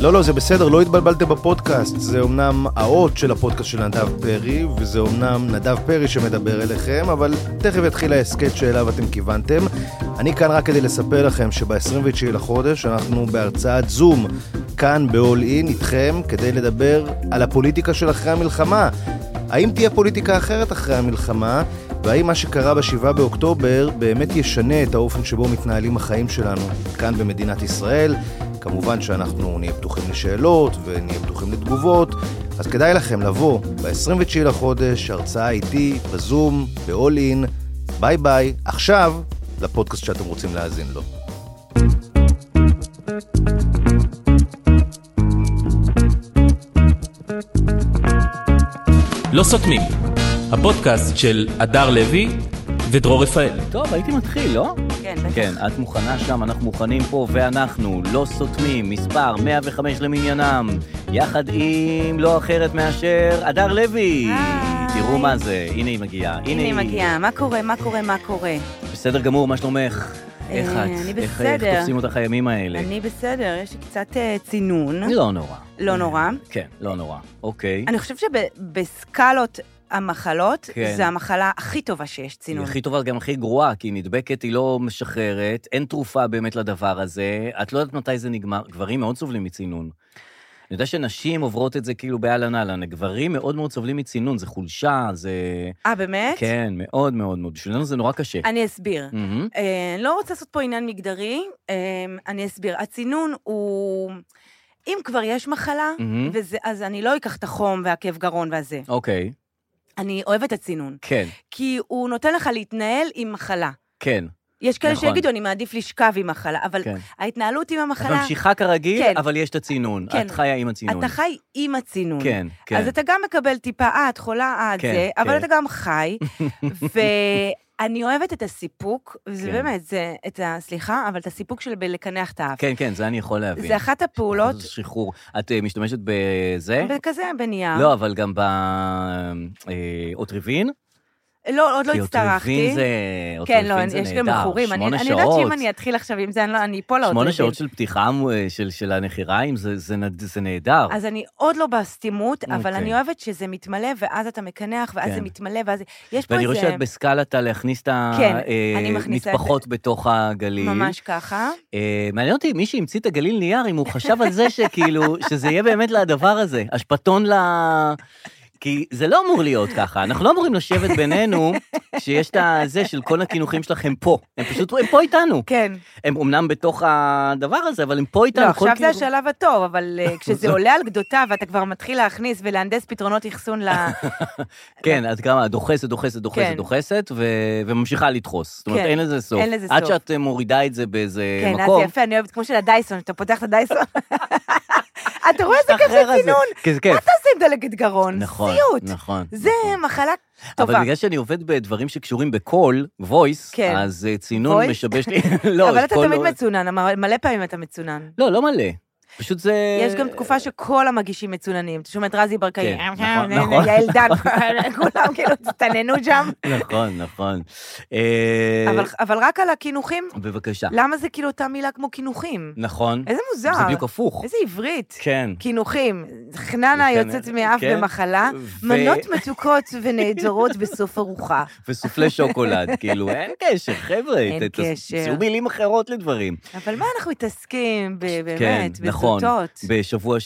לא, לא, זה בסדר, לא התבלבלתם בפודקאסט. זה אומנם האות של הפודקאסט של נדב פרי, וזה אומנם נדב פרי שמדבר אליכם, אבל תכף יתחיל ההסכת שאליו אתם כיוונתם. אני כאן רק כדי לספר לכם שב-29 לחודש אנחנו בהרצאת זום, כאן ב-all in איתכם, כדי לדבר על הפוליטיקה של אחרי המלחמה. האם תהיה פוליטיקה אחרת אחרי המלחמה? והאם מה שקרה ב-7 באוקטובר באמת ישנה את האופן שבו מתנהלים החיים שלנו כאן במדינת ישראל? כמובן שאנחנו נהיה פתוחים לשאלות ונהיה פתוחים לתגובות, אז כדאי לכם לבוא ב-29 לחודש, הרצאה איתי, בזום, ב-all in, ביי ביי, עכשיו לפודקאסט שאתם רוצים להאזין לו. לא סותמים, הפודקאסט של הדר לוי ודרור רפאל. טוב, הייתי מתחיל, לא? כן, בטח. כן, את מוכנה שם, אנחנו מוכנים פה, ואנחנו לא סותמים, מספר 105 למניינם, יחד עם לא אחרת מאשר הדר לוי. היי. תראו מה זה, הנה היא מגיעה. הנה היא מגיעה, מה קורה, מה קורה, מה קורה? בסדר גמור, מה שלומך? אה, איך אני את? איך- בסדר. איך תופסים אותך הימים האלה? אני בסדר, יש לי קצת אה, צינון. לא נורא. לא נורא. כן, לא נורא. אוקיי. אני חושבת שבסקלות המחלות, כן. זו המחלה הכי טובה שיש, היא צינון. הכי טובה, גם הכי גרועה, כי היא נדבקת, היא לא משחררת, אין תרופה באמת לדבר הזה. את לא יודעת מתי זה נגמר. גברים מאוד סובלים מצינון. אני יודע שנשים עוברות את זה כאילו באהלן אהלן, גברים מאוד מאוד סובלים מצינון, זה חולשה, זה... אה, באמת? כן, מאוד מאוד מאוד. בשבילנו זה נורא קשה. אני אסביר. מהמם. אה, אני לא רוצה לעשות פה עניין מגדרי, אה, אני אסביר. הצינון הוא... אם כבר יש מחלה, מהמם. וזה, אז אני לא אקח את החום והכאב גרון והזה. אוקיי, אני אוהבת את הצינון, כן, כי הוא נותן לך להתנהל עם מחלה. כן. יש כאלה נכון. שיגידו, אני מעדיף לשכב עם מחלה, אבל כן. ההתנהלות עם את המחלה, ממשיכה כרגיל, כן. אבל יש את הצינון. כן. את חיה עם הצינון. אתה חי עם הצינון. כן, כן. אז אתה גם מקבל טיפה, אה, את חולה, אה, את כן, זה, אבל כן. אתה גם חי, ואני אוהבת את הסיפוק, זה כן. באמת, זה, את ה... סליחה, אבל את הסיפוק של בלקנח את האף. כן, כן, זה אני יכול להבין. זה אחת הפעולות, זה שחרור. את אה, משתמשת בזה? וכזה בנייר. לא, אבל גם באוטריבין? לא, עוד לא הצטרכתי. כי אוטריבין זה כן, לא, אוטריבין זה יש גם נהדר, מכורים. אני שמונה אני יודעת שעות. שאם אני אתחיל עכשיו עם זה, אני לא- אני אפול שמונה לאוטריבין. שעות של פתיחה אה, של- של הנחיריים, זה- זה נד- זה נהדר. אז אני עוד לא בסתימות, אבל נכון. אוקיי. אני אוהבת שזה מתמלא, ואז אתה מקנח, ואז זה כן. מתמלא, ואז... יש פה ואני רואה איזה... שאת בסקלת על להכניס את כן, אני מכניסה את המטפחות בתוך הגליל. ממש ככה. אה, מעניין אותי, מי שהמציא את הגליל נייר, אם הוא חשב על זה שכאילו, שזה יהיה באמת לדבר הזה, אשפתון ל... כי זה לא אמור להיות ככה, אנחנו לא אמורים לשבת בינינו, שיש את הזה של כל הקינוחים שלכם פה. הם פשוט, הם פה איתנו. כן. הם אמנם בתוך הדבר הזה, אבל הם פה לא, איתנו. כל עכשיו זה קינוח- השלב הטוב, אבל אה, כשזה עולה על גדותיו, ואתה כבר מתחיל להכניס ולהנדס פתרונות אחסון ל... כן, את גם דוחסת, דוחסת, דוחסת, כן. דוחסת, ו- וממשיכה לדחוס. זאת אומרת, כן. אין לזה סוף. אין לזה עד סוף. שאת אה, מורידה את זה באיזה כן, אז מקום. זה יפה, אני אוהבת, כמו של הדייסון, שאתה פותח את הדייסון. אתה רואה איזה כיף אחר הזה. לצינון? כן, זה מה כיף. אתה עושה עם דלקת גרון? נכון, סיוט. נכון. זה מחלה טובה. אבל בגלל שאני עובד בדברים שקשורים בקול, voice, כן. אז אה, צינון Voice? משבש לי... לא, אבל אתה קול תמיד לא- מצונן, אמר- מלא פעמים אתה מצונן. לא, לא מלא. פשוט זה... יש גם תקופה שכל המגישים מצוננים. אתה שומע את רזי ברקאי, "אה, כן, נכון, נכון. יעל דן, כולם כאילו הצטננו שם. נכון, נכון. אה, אבל- אבל רק על הקינוחים, בבקשה. למה זה כאילו אותה מילה כמו קינוחים? נכון. איזה מוזר. זה בדיוק הפוך. איזה עברית. כן. קינוחים, חננה כן, יוצאת מאף כן. במחלה, ו- מנות מתוקות ונהדרות בסוף ארוחה. וסופלי שוקולד, כאילו, אין קשר, חבר'ה. אין ת- ת- קשר. תמצאו מילים אחרות לדברים. אבל מה אנחנו מתעסקים ב- כן, באמת, נכון. בזוטות? בשבוע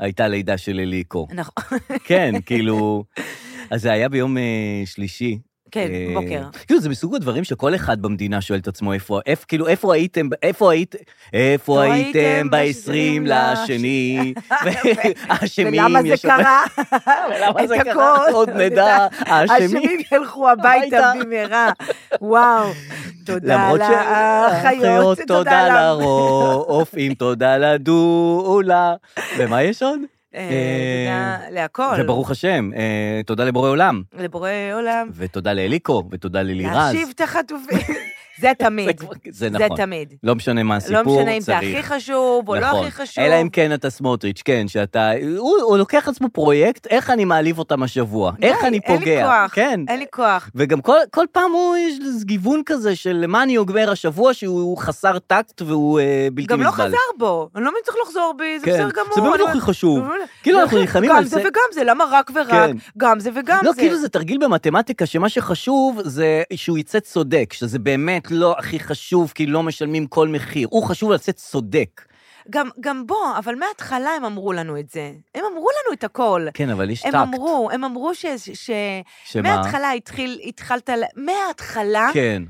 שהייתה לידה של אליקו. נכון, כן, כאילו... אז זה היה ביום אה, שלישי, כן, אה, בוקר. כאילו, זה מסוג הדברים שכל אחד במדינה שואל את עצמו, איפה, איפה, כאילו, איפה הייתם, איפה הייתם, איפה לא הייתם הייתם ב-20 ב- לשני, האשמים, ולמה זה יש- קרה? ולמה זה את קרה, הכל. עוד נדע, האשמים. האשמים ילכו הביתה הביתה. במהרה. וואו, תודה למרות לאחיות, שהחיות, תודה תודה לה. לרופאים, תודה לדולה. ומה יש עוד? אה, תודה להכל. וברוך השם, אה, תודה לבורא עולם, לבורא עולם. ותודה לאליקו, ותודה ללירז. להשיב את החטופים. זה תמיד. זה זה נכון. תמיד. לא משנה מה לא הסיפור, משנה אם זה צריך. הכי חשוב או לא הכי חשוב. אלא אם כן אתה סמוטריץ', כן, שאתה... הוא, הוא לוקח לעצמו פרויקט, איך אני מעליב אותם השבוע, די, איך אני אין לי פוגע. כוח, כן. אין לי כוח. וגם כל, כל פעם הוא, יש איזה גיוון כזה של מה אני אומר השבוע, שהוא הוא חסר טקט והוא אה, בלתי גם נסבל. לא חזר בו, אני לא מבין צריך לחזור בי, זה כן. בסדר גמור. זה באמת אני לא הכי חשוב. אומרת, כאילו, זה אנחנו הכי- נלחמים גם על זה זה. וגם זה, למה רק ורק? כן. גם זה וגם לא, זה. כאילו זה תרגיל במתמטיקה, שמה שחשוב זה שהוא יצא צודק, שזה באמת לא הכי חשוב, כי לא משלמים כל מחיר. הוא חשוב לצאת צודק. גם, גם בוא, אבל מההתחלה הם אמרו לנו את זה. הם אמרו לנו את הכל. כן, אבל יש הם טקט. אמרו, הם אמרו ש... ש... שמה? מההתחלה התחיל, התחלת... ל- מההתחלה כן.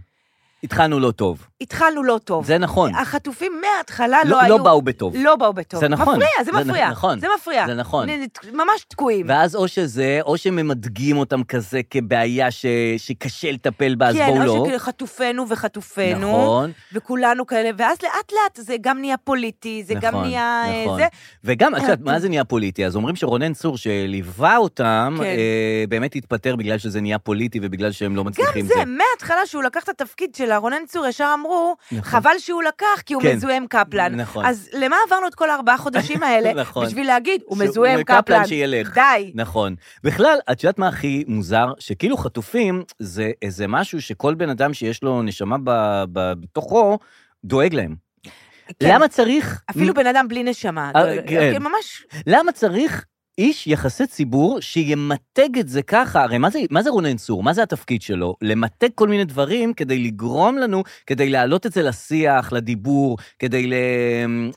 התחלנו לא טוב. התחלנו לא טוב. זה נכון. החטופים מההתחלה לא לא- היו... לא באו בטוב. לא באו בטוב. זה נכון. מפריע, זה זה מפריע. נ- נכון. זה מפריע. זה נכון. נ- נ- ממש תקועים. ואז או שזה, או שממדגים אותם כזה כבעיה ש... שקשה לטפל בה, אז כן, בואו לא. או שחטופינו וחטופינו, נכון, וכולנו כאלה, ואז לאט לאט זה גם נהיה פוליטי, זה גם נכון, נהיה אה, נכון. זה. וגם, את יודעת, מה זה נהיה פוליטי? אז אומרים שרונן צור, שליווה אותם, כן. אה, באמת התפטר בגלל שזה נהיה פוליטי ובגלל שהם לא מצליחים. גם זה, מההתחלה שהוא לקח את התפקיד של רונן צור, ישר אמרו, נכון. חבל שהוא לקח, כי הוא כן. מזוהה עם קפלן. נכון. אז למה עברנו את כל הארבעה חודשים האלה? נכון. בשביל להגיד, הוא שהוא- מזוהה עם קפלן קפלן. שילך. די. נכון. בכלל, את יודעת מה הכי מוזר? שכאילו חטופים זה איזה משהו שכל בן אדם שיש לו נשמה ב- ב- בתוכו, דואג להם. כן. למה צריך... אפילו בן אדם בלי נשמה. אה, זה- כן. ממש, למה צריך איש יחסי ציבור שימתג את זה ככה? הרי מה זה, מה זה רונן צור? מה זה התפקיד שלו? למתג כל מיני דברים כדי לגרום לנו, כדי להעלות את זה לשיח, לדיבור, כדי ל...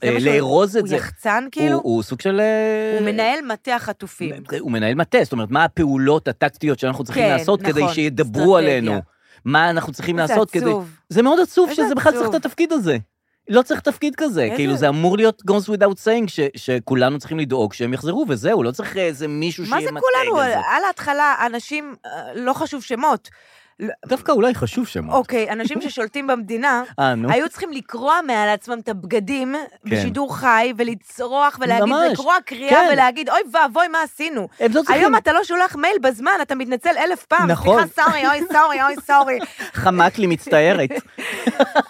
זה מה שהוא- אה, לארוז את הוא זה. יחצן כאילו, הוא, הוא סוג של... אה, הוא מנהל מטה החטופים. הוא מנהל מטה, זאת אומרת, מה הפעולות הטקטיות שאנחנו צריכים כן, לעשות כדי נכון, שידברו אסטרטגיה. עלינו? מה אנחנו צריכים זה לעשות כדי... עצוב. זה מאוד עצוב איזה שזה בכלל עצוב. צריך את התפקיד הזה. לא צריך תפקיד כזה, איזה- כאילו זה אמור להיות goes without saying ש, שכולנו צריכים לדאוג שהם יחזרו וזהו, לא צריך איזה מישהו מה שיהיה זה מתג כולנו? על זה. על ההתחלה, אנשים, אה, לא חשוב שמות. לא, דווקא אולי חשוב שמות. אוקיי, אנשים ששולטים במדינה, אה, נו. כן. היו צריכים לקרוע מעל עצמם את הבגדים בשידור חי, ולצרוח ולהגיד, ממש, לקרוע קריאה כן. ולהגיד, אוי ואבוי, מה עשינו? הם לא צריכים... היום אתה לא שולח מייל בזמן, אתה מתנצל אלף פעם. נכון. סליחה, סורי, אוי, סורי, אוי, סורי. חמק לי מצטערת.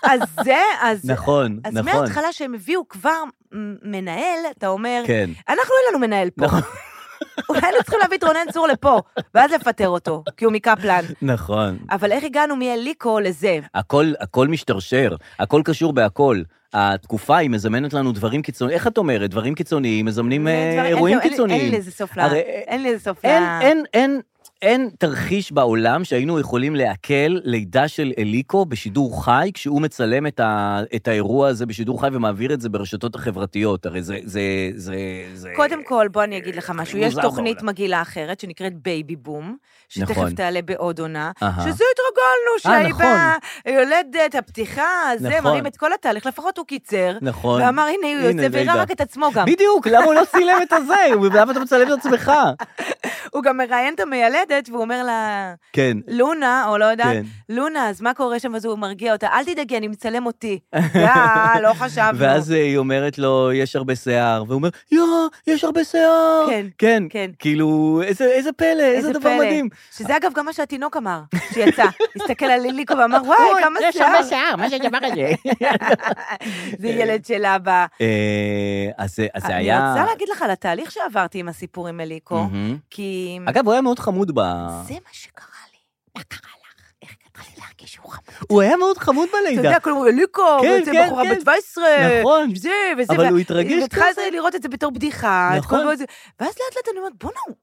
אז זה, אז... נכון, אז נכון. מההתחלה שהם הביאו כבר מ- מנהל, אתה אומר, כן. אנחנו אין לנו מנהל פה. נכון. אולי היינו צריכים להביא את רונן צור לפה, ואז לפטר אותו, כי הוא מקפלן. נכון. אבל איך הגענו מאליקו לזה? הכל, הכל משתרשר, הכל קשור בהכל. התקופה היא מזמנת לנו דברים קיצוניים, איך את אומרת? דברים קיצוניים מזמנים אה, דברים- אין- אירועים אין- אין- קיצוניים. אין לי לזה סוף ל... הרי- אין לי לזה סוף ל... אין, אין, אין, אין תרחיש בעולם שהיינו יכולים לעכל לידה של אליקו בשידור חי, כשהוא מצלם את, ה, את האירוע הזה בשידור חי ומעביר את זה ברשתות החברתיות. הרי זה... זה, זה, זה... קודם כל, בוא אני אגיד לך משהו. יש אה, מוזר תוכנית בעולם. מגעילה אחרת, שנקראת בייבי בום, שתכף נכון. תעלה בעוד עונה, אהה. שזה התרגלנו, אה, שהיא נכון. באה, יולדת, הפתיחה, זה, נכון. מראים את כל התהליך, לפחות הוא קיצר. נכון. ואמר, הנה, הוא הנה, יוצא והראה לידה." רק את עצמו גם. בדיוק, למה הוא לא צילם את הזה? הוא- למה אתה מצלם את עצמך? הוא גם מראיין את המיילדת, והוא אומר לה, כן. לונה, או לא יודעת, כן. לונה, אז מה קורה שם? אז הוא מרגיע אותה, אל תדאגי, אני מצלם אותי. יאה, לא חשבנו. ואז אה, היא אומרת לו, יש הרבה שיער, והוא אומר, יואו, יש הרבה שיער. כן, כן. כן. כאילו, איזה, איזה פלא, איזה, דבר פלא. מדהים. שזה אגב גם מה שהתינוק אמר, שיצא. הסתכל על ליליקו ואמר, וואי, נכון, כמה שיער. שיער, מה זה הדבר הזה? זה ילד של אבא. אה, אז זה אז זה אני היה... רוצה להגיד לך על התהליך שעברתי עם הסיפור עם אליקו, מהמם. כי אגב, הוא היה מאוד חמוד ב... זה מה שקרה לי. מה קרה לך? איך קרה לי להרגיש שהוא חמור? הוא היה מאוד חמוד אתה בלידה. יודע, כלומר, אליקו, כן, זה כן, בחורה כן. בת 17. נכון. זה וזה. אבל וה- הוא התרגש והתחלתי כזה. לראות את זה בתור בדיחה. את נכון. כל זה. ואז לאט לאט אני אומרת, בואנה, הוא-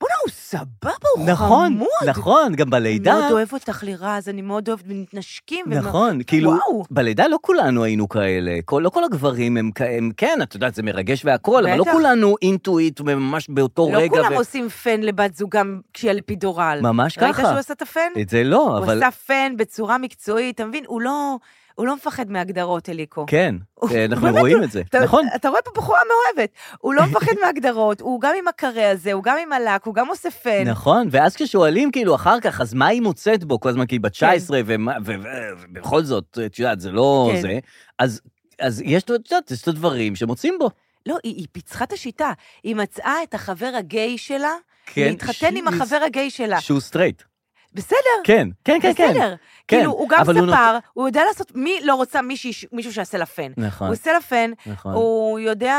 בואנה, הוא סבבה, הוא נכון, חמוד. נכון, גם אני בלידה. מאוד אוהב אותך לירז, אני מאוד אוהבת, מתנשקים. ומ- נכון, כאילו, וואו. בלידה לא כולנו היינו כאלה, כל, לא כל הגברים הם כאלה, כן, את יודעת, זה מרגש והכול, אבל לא בטח. כולנו אינטואיט ממש באותו לא אוקיי, רגע. כולם ו- עושים פן לבת זוגם כשהיא על אפידורל. ממש ראית ככה. שהוא עשה את הפן? את זה לא, הוא אבל... עשה פן בצורה מקצועית, אתה מבין? הוא לא... הוא לא מפחד מהגדרות, אליקו. כן, הוא- אה, אנחנו באמת, רואים הוא- את זה, אתה, נכון? אתה רואה פה בחורה מאוהבת. הוא לא מפחד מהגדרות, הוא גם עם הקרע הזה, הוא גם עם הלק, הוא גם עושה פן. נכון, ואז כששואלים כאילו אחר כך, אז מה היא מוצאת בו כל הזמן, כי היא כן. בת 19, ומה- ו- ו- ובכל זאת, את יודעת, זה לא כן. זה, אז... אז יש, לו- את יודעת, יש את הדברים שמוצאים בו. לא, היא, היא פיצחה את השיטה. היא מצאה את החבר הגיי שלה, כן, להתחתן עם שהוא- החבר הגיי שלה. שהוא סטרייט. בסדר, כן, כן, כן, כן. בסדר. כן, כאילו, הוא גם אבל הוא ספר, הוא יודע לעשות, מי לא רוצה מישהי- מישהו שיעשה לה פן? הוא נכון, עושה לה פן, נכון. הוא יודע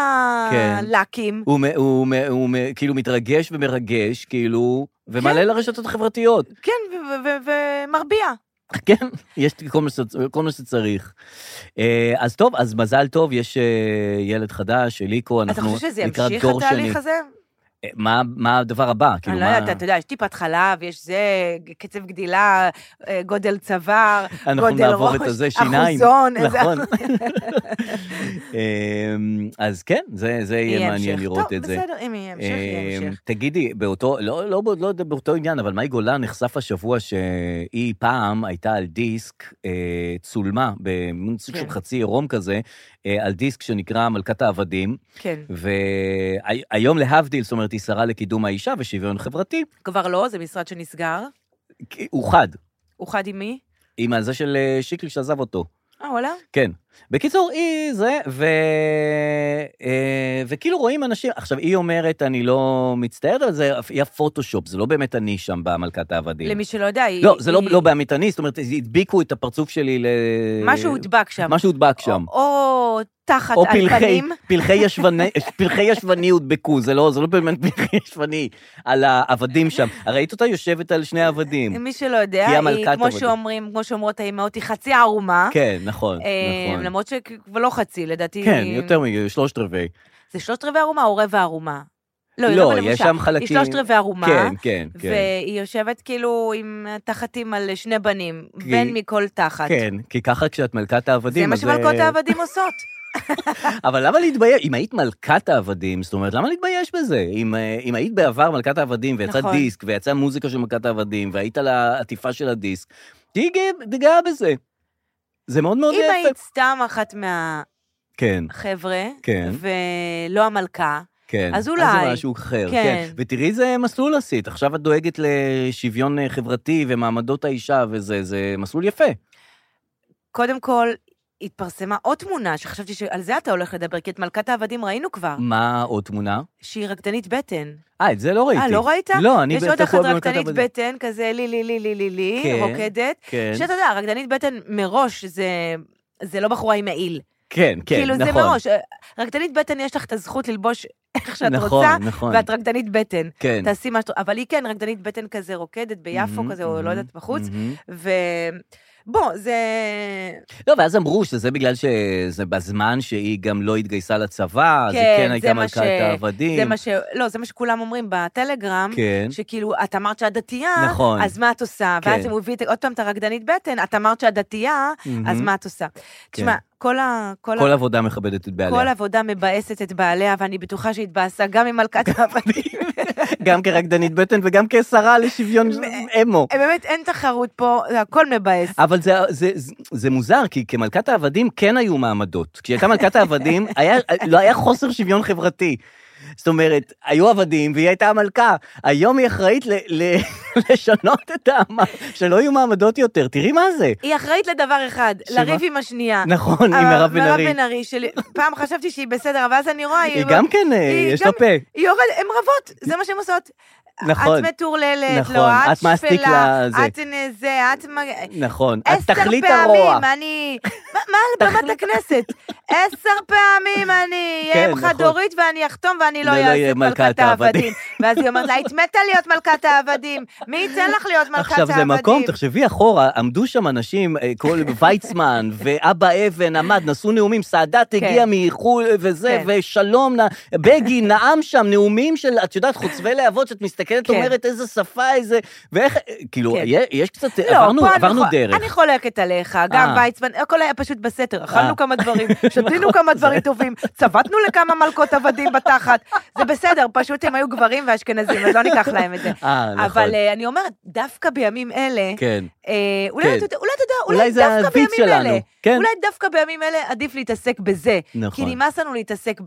כן. להקים. הוא, מ- הוא, מ- הוא מ- כאילו מתרגש ומרגש, כאילו, ומעלה לרשתות החברתיות. כן, ו- ו- ו- ומרביע. כן, יש כל מה, שצ- כל מה שצריך. אה, אז טוב, אז מזל טוב, יש אה, ילד חדש, אליקו, אתה אנחנו חושב שזה לקראת ימשיך דור שני. התהליך הזה? אה, מה, מה הדבר הבא? כאילו, אני לא מה... יודעת, אתה יודע, יש טיפת חלב, יש זה, קצב גדילה, אה, גודל צוואר, אנחנו גודל נעבור ראש, את הזה, שיניים. אחוזון, איזה- נכון. אמ, אז כן, זה, זה יהיה מעניין המשך. לראות את זה. טוב, בסדר, אם יהיה המשך, יהיה אמ, המשך. תגידי, באותו, לא, לא, לא באותו עניין, אבל מאי גולן נחשף השבוע שהיא פעם הייתה על דיסק, אה, צולמה במין סוג של כן. חצי עירום כזה, אה, על דיסק שנקרא מלכת העבדים, כן. והיום להבדיל, זאת אומרת, היא שרה לקידום האישה ושוויון חברתי, כבר לא, זה משרד שנסגר. כי- הוא חד, אוחד עם מי? עם הזה של אה, שיקלי שעזב אותו. אה, וואלה? כן. בקיצור, היא זה, ו... אה, וכאילו רואים אנשים, עכשיו, היא אומרת, אני לא מצטערת, אבל זה היה פוטושופ, זה לא באמת אני שם במלכת העבדים. למי שלא יודע, היא... לא, זה לא, היא- לא באמת אני, זאת אומרת, הדביקו את הפרצוף שלי ל... משהו הודבק שם. משהו הודבק שם. או- או תחת או על פלחי, פנים. פלחי, ישבני, פלחי ישבני הודבקו, זה לא, זה לא באמת פלחי ישבני, על העבדים שם. ראית אותה יושבת על שני העבדים. מי שלא יודע, כי היא היא, המלכת כמו עבדים. שאומרים, כמו שאומרות האימהות, היא חצי ערומה. כן, נכון, אה, נכון. למרות שכבר לא חצי, לדעתי. כן, יותר משלושת רבעי. זה שלושת רבעי ערומה או רבע ערומה? לא, היא לא, רבע יש לבושה. שם חלקים- היא שלושת רבעי ערומה. כן, כן, כן. והיא יושבת כאילו עם תחתים על שני בנים, כי- בן מכל תחת. כן, כי ככה כשאת מלכת זה העבדים, מה אז אה, שמלכות העבדים עושות. אבל למה להתבייש? אם היית מלכת העבדים, זאת אומרת, למה להתבייש בזה? אם, אה, אם היית בעבר מלכת העבדים, ויצא נכון. דיסק, ויצאה מוזיקה של מלכת העבדים, והיית על העטיפה של הדיסק, תהיי גאה- גאה בזה. זה מאוד מאוד אם יפה. היית סתם אחת מהחבר'ה, כן, כן. ולא המלכה, כן. אז אולי. אז זה משהו אחר, כן. כן. כן. ותראי איזה מסלול עשית, עכשיו את דואגת לשוויון אה, חברתי ומעמדות האישה וזה, זה מסלול יפה. קודם כל, התפרסמה עוד תמונה שחשבתי שעל זה אתה הולך לדבר, כי את מלכת העבדים ראינו כבר, מה עוד תמונה? שהיא רקדנית בטן. אה, את זה לא ראיתי. אה, לא ראית? לא, אני יש עוד תקוע אחת במלכת רקדנית העבדים. בטן, כזה לי, לי, לי, לי, לי, לי, כן. רוקדת. כן, שאתה יודע, רקדנית בטן מראש זה... זה לא בחורה עם מעיל. כן, כן, כאילו נכון. זה מראש. רקדנית בטן, יש לך את הזכות ללבוש איך שאת נכון, רוצה, נכון. ואת רקדנית בטן. כן. תעשי מה שאת... אבל היא כן רקדנית בטן כזה רוקדת ביפו מהמם, כזה, או לא מהמם, יודעת, בחוץ. מהמם. ו... בוא, זה... לא, ואז אמרו שזה בגלל שזה בזמן שהיא גם לא התגייסה לצבא, אז היא כן, כן זה הייתה מה מלכת ש- העבדים. זה מה ש... לא, זה מה שכולם אומרים בטלגרם. כן. שכאילו, את אמרת שאת דתייה, נכון. אז מה את עושה? כן. ואז הם הביאו את- עוד פעם את הרקדנית בטן, את אמרת שאת דתייה, אז מהמם. כן. מה את עושה? תשמע, כל ה... כל ה- כל עבודה מכבדת את כל בעליה. עבודה מבאסת את בעליה, ואני בטוחה שהתבאסה גם ממלכת העבדים. גם כרקדנית בטן וגם כשרה לשוויון אמו. באמת, אין תחרות פה, זה הכל מבאס. אבל זה, זה, זה, זה מוזר, כי כמלכת העבדים כן היו מעמדות. כשהיא הייתה מלכת העבדים, היה, לא היה חוסר שוויון חברתי. זאת אומרת, היו עבדים והיא הייתה המלכה. היום היא אחראית ל, ל, לשנות את המעמד, שלא יהיו מעמדות יותר. תראי מה זה. היא אחראית לדבר אחד, שמה? לריב עם השנייה. אה, נכון, עם מירב בן ארי. מירב בן ארי, שלי- פעם חשבתי שהיא בסדר, אבל אז אני רואה, היא גם כן, אה, היא יש לה גם- פה. היא יורד, הן רבות, זה מה שהן עושות. נכון. את מטורללת, נכון, לא, את את מעסטיק שפלה, לזה. את אה, זה, את... מג- נכון, את עשר תכלית הרוע. פעמים אני... מה- מה על במת הכנסת? עשר פעמים אני אהיה כן, אם נכון. חד-הורית ואני אחתום ואני לא ולא אעשה יהיה את מלכת העבדים. ואז היא אומרת לה, היית מתה להיות מלכת העבדים, מי ייתן לך להיות מלכת העבדים? עכשיו זה מקום, תחשבי אחורה, עמדו שם אנשים, אה, כל ויצמן ואבא אבן עמד, נשאו נאומים, סאדאת הגיע מחו"ל אה, וזה, כן. ושלום, נ- בגין נאם שם נאומים של, את יודעת, חוצבי להבות, שאת מסתכלת, כן. אומרת איזה שפה, איזה, ואיך, אה, כאילו, כן. יה- יש קצת, לא, עברנו- פה אני עברנו חו- דרך. אני חולקת עליך, גם אה. ויצמן, הכל היה פשוט בסתר, אכלנו אה. כמה דברים, שתינו כמה דברים טובים, צבטנו לכמה מלכות עבדים בתחת, זה בסדר, פשוט הם היו גברים ואשכנזים, אז לא ניקח להם את זה. אה, נכון. אבל אה, אני אומרת, דווקא בימים אלה, כן. אה, אולי כן. אתה יודע, אולי אתה יודע, אולי אולי זה דווקא העתיד בימים שלנו, אלה, כן. אולי דווקא בימים אלה עדיף להתעסק בזה. נכון. כי נמאס לנו להתעסק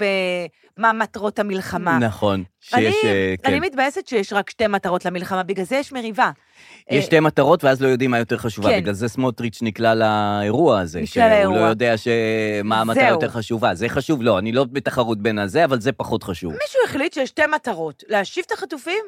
במה מטרות המלחמה. נכון, אני, שיש, אה, כן. אני מתבאסת שיש רק שתי מטרות למלחמה, בגלל זה יש מריבה. יש שתי מטרות, ואז לא יודעים מה יותר חשובה. אה, כן. בגלל זה סמוטריץ' נקלע לאירוע הזה. נקלע שהוא לאירוע. לא יודע ש- מה המטרה זהו. יותר חשובה. זה חשוב, לא, אני לא בתחרות בין הזה, אבל זה פחות חשוב. מישהו החליט שיש שתי מטרות, להשיב את החטופים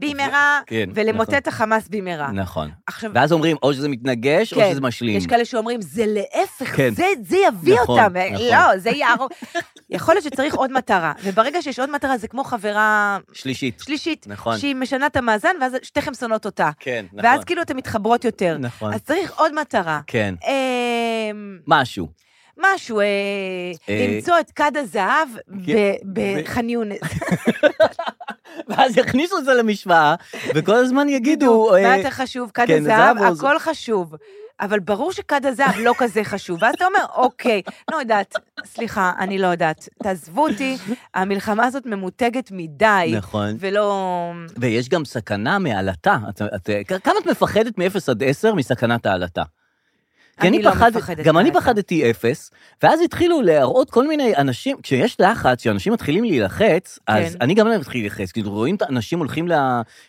במהרה, כן, נכון. ולמוטט החמאס במהרה. נכון. עכשיו, ואז אומרים, או שזה מתנגש, או כן, שזה משלים. יש כאלה שאומרים, זה להפך, כן. זה, זה יביא נכון, אותם. נכון. לא, זה יערוב. יכול להיות שצריך עוד מטרה, וברגע שיש עוד מטרה, זה כמו חברה שלישית. שלישית, נכון. שהיא משנה את המאזן, ואז שתיכם שונאות אותה. כן, נכון. ואז כאילו אתן מתחברות יותר. נכון. אז צריך עוד מטרה. כן. אמ, משהו. משהו, אה, אה, למצוא את כד הזהב כן. ב- בח'אן יונס. ואז יכניסו את זה למשוואה, וכל הזמן יגידו... מה אה, יותר חשוב, כד כן, הזהב? הזהב או זה- הכל חשוב. אבל ברור שכד הזהב לא כזה חשוב. ואז אתה אומר, אוקיי, לא יודעת, סליחה, אני לא יודעת. תעזבו אותי, המלחמה הזאת ממותגת מדי. נכון. ולא... ויש גם סכנה מעלתה. את, את, כמה את מפחדת מ-0 עד 10 מסכנת העלתה? כי אני לא פחד- מפחדת גם אני מעלתה. פחדתי אפס, ואז התחילו להראות כל מיני אנשים, כשיש לחץ, כשאנשים מתחילים להילחץ, אז כן. אני גם לא מתחיל להילחץ, כאילו רואים את האנשים הולכים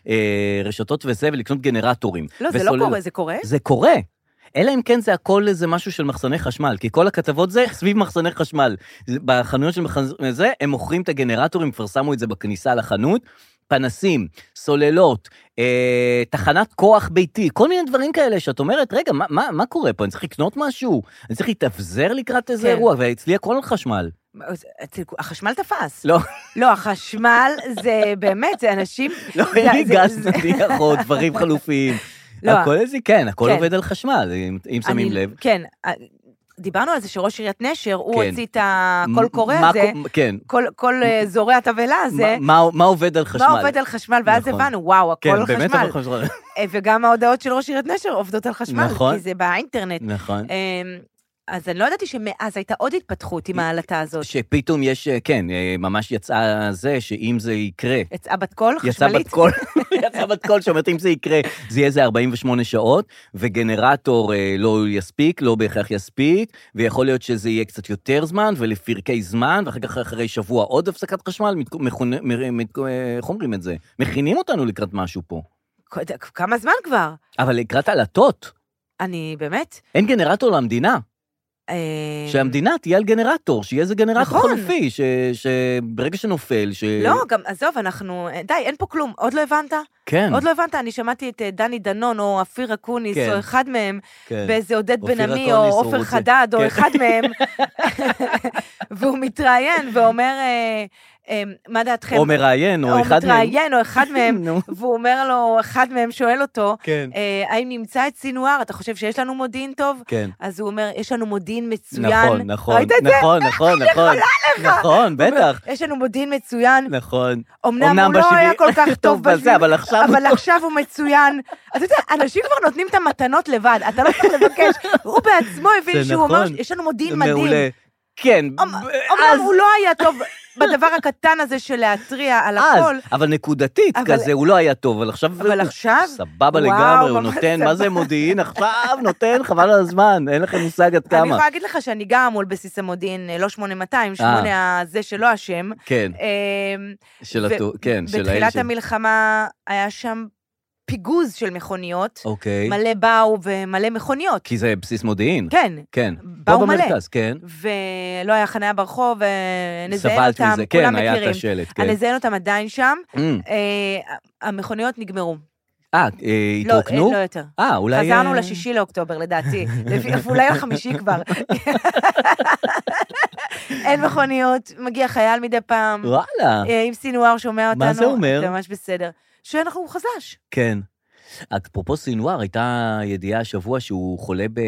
לרשתות וזה, ולקנות גנרטורים. לא, זה לא וסולל- קורה, זה קורה? זה קורה. אלא אם כן זה הכל איזה משהו של מחסני חשמל, כי כל הכתבות זה סביב מחסני חשמל. זה- בחנויות של מחסני זה, הם מוכרים את הגנרטורים, כבר שמו את זה בכניסה לחנות, פנסים, סוללות, אה, תחנת כוח ביתי, כל מיני דברים כאלה שאת אומרת, רגע, מה, מה, מה קורה פה? אני צריך לקנות משהו? אני צריך להתאבזר לקראת איזה כן. אירוע? ואצלי הכל על חשמל. אצל- החשמל תפס. לא, לא, החשמל זה באמת, זה אנשים... לא, זה- אין לי זה- גז זה- נדיח או דברים חלופיים. לא. הכל איזה, כן, הכל כן. עובד על חשמל, אם, אם שמים אני- לב. כן. אה, דיברנו על זה שראש עיריית נשר, הוא כן. הוציא את הקול קורא מה הזה, קו- כן, כל- כל אה, זורע תבהלה הזה, מה- מה, מה עובד על חשמל? מה עובד על חשמל, ואז נכון. הבנו, וואו, הכל כן, על באמת חשמל. על חשמל. אה, וגם ההודעות של ראש עיריית נשר עובדות על חשמל, נכון. כי זה באינטרנט. נכון. אמ, אז אני לא ידעתי שמאז הייתה עוד התפתחות עם העלטה הזאת. שפתאום יש, אה, כן, אה, ממש יצא זה, שאם זה יקרה, יצאה בת קול יצא חשמלית? בת קול, יצא בת קול שאומרת, אם זה יקרה, זה יהיה איזה 48 שעות, וגנרטור אה, לא יספיק, לא בהכרח יספיק, ויכול להיות שזה יהיה קצת יותר זמן, ולפרקי זמן, ואחר כך אחרי שבוע עוד הפסקת חשמל, מת- מכונה- מ- מת- אה, איך אומרים את זה? מכינים אותנו לקראת משהו פה. ק- כמה זמן כבר? אבל לקראת עלטות, אני באמת... אין גנרטור למדינה. אמ, שהמדינה תהיה על גנרטור, שיהיה איזה גנרטור נכון. חלופי, ש- שברגע שנופל, ש... לא, גם עזוב, אנחנו... די, אין פה כלום. עוד לא הבנת? כן, עוד לא הבנת? אני שמעתי את אה, דני דנון, או אופיר אקוניס, כן. או אחד מהם, כן. באיזה עודד בן אופיר עמי, אקוניס, או הוא עופר רוצה- חדד, או כן. אחד מהם, והוא מתראיין ואומר, אה, אה, מה דעתכם? או מראיין, או אחד מהם. מתראיין, או אחד מהם, נו, והוא אומר לו, אחד מהם שואל אותו, כן, אה, האם נמצא את סינואר, אתה חושב שיש לנו מודיעין טוב? כן. אז הוא אומר, יש לנו מודיעין מצוין. נכון, נכון, ראית את זה? נכון, נכון, נכון, נכון, בטח, יש לנו מודיעין מצוין, נכון. אמנם הוא לא בשביעי- היה כל כך טוב בזה, בשביל, אבל עכשיו... אבל עכשיו הוא מצוין. אתה יודע, אנשים כבר נותנים את המתנות לבד, אתה לא צריך לבקש. הוא בעצמו הבין זה שהוא אמר, נכון. יש לנו מודיעין מדהים. מעולה. כן, אמ- אז- אמנם הוא לא היה טוב בדבר הקטן הזה של להתריע על אז, הכל, אבל נקודתית אבל- כזה, הוא לא היה טוב, אבל עכשיו... אבל הוא עכשיו, סבבה וואו, לגמרי, הוא ממש נותן, מה זה סבבה. מודיעין עכשיו? נותן, חבל על הזמן, אין לכם מושג עד אני כמה. יכולה להגיד לך שאני גם מול בסיס המודיעין, אה, לא 8200, 8 הזה שלא אשם. כן, אמ, של ו- הטו... כן, של האל בתחילת שם. המלחמה היה שם פיגוז של מכוניות, אוקיי. מלא באו ומלא מכוניות. כי זה בסיס מודיעין. כן, כן. באו פה מלא. במרכז, כן. ולא היה חניה ברחוב, אה, נזיין סבלתי אותם, מזה, כולם כן, היה את מכירים. השלט, כן. הנזיין אותם עדיין שם, אמ, אה, המכוניות נגמרו. אה, אה, לא, התרוקנו? אה, לא יותר. אה, אולי... חזרנו אה, לשישי לאוקטובר לדעתי, לפי- אולי לחמישי כבר. אין מכוניות, מגיע חייל מדי פעם, וואלה, אה, אם סינואר שומע אותנו, מה זה אומר? זה ממש בסדר. שאנחנו חזש, כן. אפרופו סינואר, הייתה ידיעה השבוע שהוא חולה ב...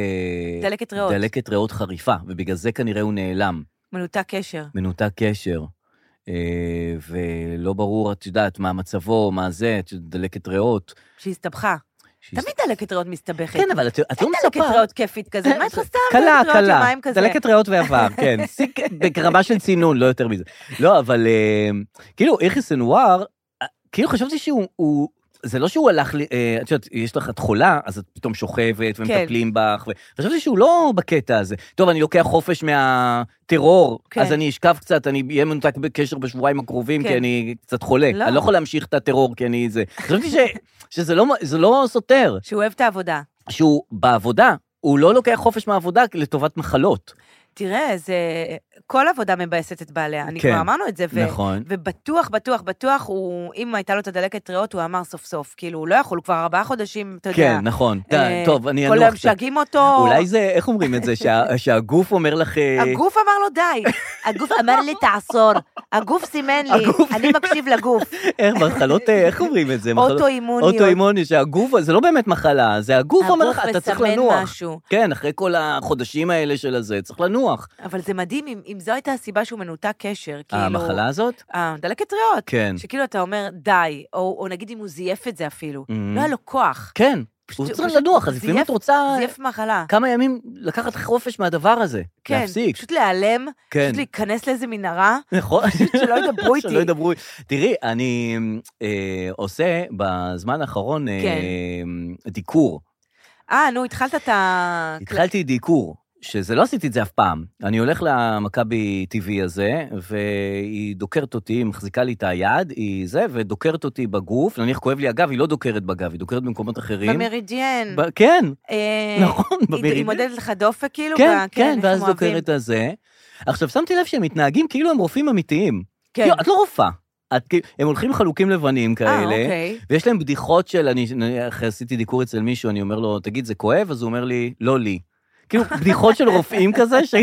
דלקת ריאות, דלקת ריאות חריפה, ובגלל זה כנראה הוא נעלם, מנותק קשר. מנותק קשר. אה, ולא ברור, את יודעת, מה מצבו, מה זה, את יודעת, דלקת ריאות. שהסתבכה. שהיא- תמיד דלקת ריאות מסתבכת. כן, אבל את את לא אין דלקת מצפה... ריאות כיפית כזה, מה יש לך סתם קלה, דלקת ריאות קלה. יומיים כזה? דלקת ריאות ועבר, כן. סיק ברמה של צינון, לא יותר מזה. לא, אבל אה, כאילו, יחיא סנוואר, אה, כאילו חשבתי שהוא... הוא- זה לא שהוא הלך, ל- אה, את יודעת, יש לך את חולה, אז את פתאום שוכבת כן. ומטפלים בך, וחשבתי שהוא לא בקטע הזה. טוב, אני לוקח חופש מהטרור, כן. אז אני אשכב קצת, אני אהיה מנותק בקשר בשבועיים הקרובים, כן. כי אני קצת חולה. לא. אני לא יכול להמשיך את הטרור, כי אני זה. חשבתי ש- שזה לא- זה לא סותר. שהוא אוהב את העבודה. שהוא בעבודה, הוא לא לוקח חופש מהעבודה לטובת מחלות. תראה, זה... כל עבודה מבאסת את בעליה, אני כן. כבר אמרנו את זה, ו- נכון. ובטוח, בטוח, בטוח, הוא, אם הייתה לו את הדלקת ריאות, הוא אמר סוף סוף, כאילו, הוא לא יכול, הוא כבר ארבעה חודשים, אתה יודע. כן, נכון. אה, טוב, אני כל אנוח היום קצת. משגעים אותו. אולי זה, איך אומרים את זה, שה- שהגוף אומר לך... אה, הגוף אמר לו די, הגוף אמר לי תעצור, הגוף סימן לי, הגוף אני מקשיב לגוף, איך, מחלות, אה, איך אומרים את זה? מחלות- אוטואימוניות. אוטואימוני, שהגוף, זה לא באמת מחלה, זה הגוף אמר לך, אתה צריך הגוף לנוח. מסמן משהו. כן, אחרי כל החודשים האלה של הזה, צריך לנוח. אבל זה מדהים, אם, אם זו הייתה הסיבה שהוא מנותק קשר, כאילו... המחלה הזאת? אה, דלקת ריאות. אה, כן. שכאילו אתה אומר די, או, או נגיד אם הוא זייף את זה אפילו, Mhm. לא היה לו כוח. כן, הוא פשוט- צריך פשוט לנוח, אז לפעמים זייף- את רוצה זייף מחלה. כמה ימים לקחת חופש מהדבר הזה. כן, להפסיק. פשוט להיעלם, כן. פשוט להיכנס לאיזה מנהרה, נכון. שלא ידברו איתי. שלא ידברו. תראי, אני אה, עושה בזמן האחרון אה, כן. דיקור. אה, נו, התחלת את ה... התחלתי דיקור, שזה לא עשיתי את זה אף פעם. אני הולך למכבי TV הזה, והיא דוקרת אותי, היא מחזיקה לי את היד, היא זה, ודוקרת אותי בגוף. נניח כואב לי הגב, היא לא דוקרת בגב, היא דוקרת במקומות אחרים. במרידיאן. ב- כן, אה, נכון, היא- במרידיאן. היא מודדת לך דופק, כאילו? כן, ב- כן, איך ואז הם אוהבים. דוקר את הזה. עכשיו, שמתי לב שהם מתנהגים כאילו הם רופאים אמיתיים. כן. כאילו, את לא רופאה. את כאילו- הם הולכים חלוקים לבנים אה, כאלה, אוקיי. ויש להם בדיחות של, אני, נניח, עשיתי דיקור אצל מישהו, אני אומר לו, תגיד, זה כואב? אז הוא אומר לי, לא לי. כאילו, בדיחות של רופאים כזה, ש...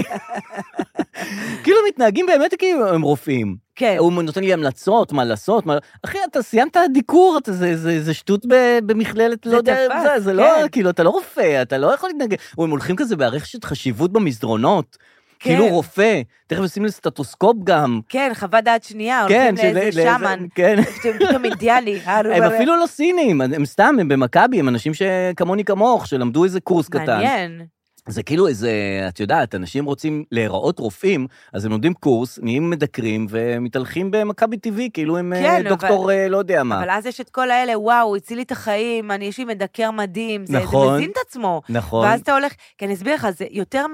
כאילו מתנהגים באמת כאילו הם רופאים. כן. הוא נותן לי המלצות, מה לעשות, מה... לא. אחי, אתה סיימת דיקור, אתה, זה, זה, זה שטות ב, במכללת, לא זה יודע, תפס, זה, זה לא, כן. כאילו, אתה לא רופא, אתה לא יכול להתנגד. הוא, הם הולכים כזה בערכת חשיבות במסדרונות. כן. כאילו רופא, תכף עושים לי סטטוסקופ גם. כן, חוות דעת שנייה, כן, הולכים של- לאיזה לאיזה- שמן. כן. פתאום אידיאלי. אה, הם אפילו לא סינים, הם סתם, הם במכבי, הם אנשים שכמוני כמוך, שלמדו איזה קורס קטן. מעניין. זה כאילו איזה, את יודעת, אנשים רוצים להיראות רופאים, אז הם לומדים קורס, נהיים מדקרים ומתהלכים במכבי טבעי, כאילו הם כן, אה, אבל- דוקטור אה, לא יודע מה. אבל אז יש את כל האלה, וואו, הציל לי את החיים, אני, יש לי מדקר מדהים. זה- נכון. זה מזין את עצמו. נכון. ואז אתה הולך, כי אני אסביר לך, זה יותר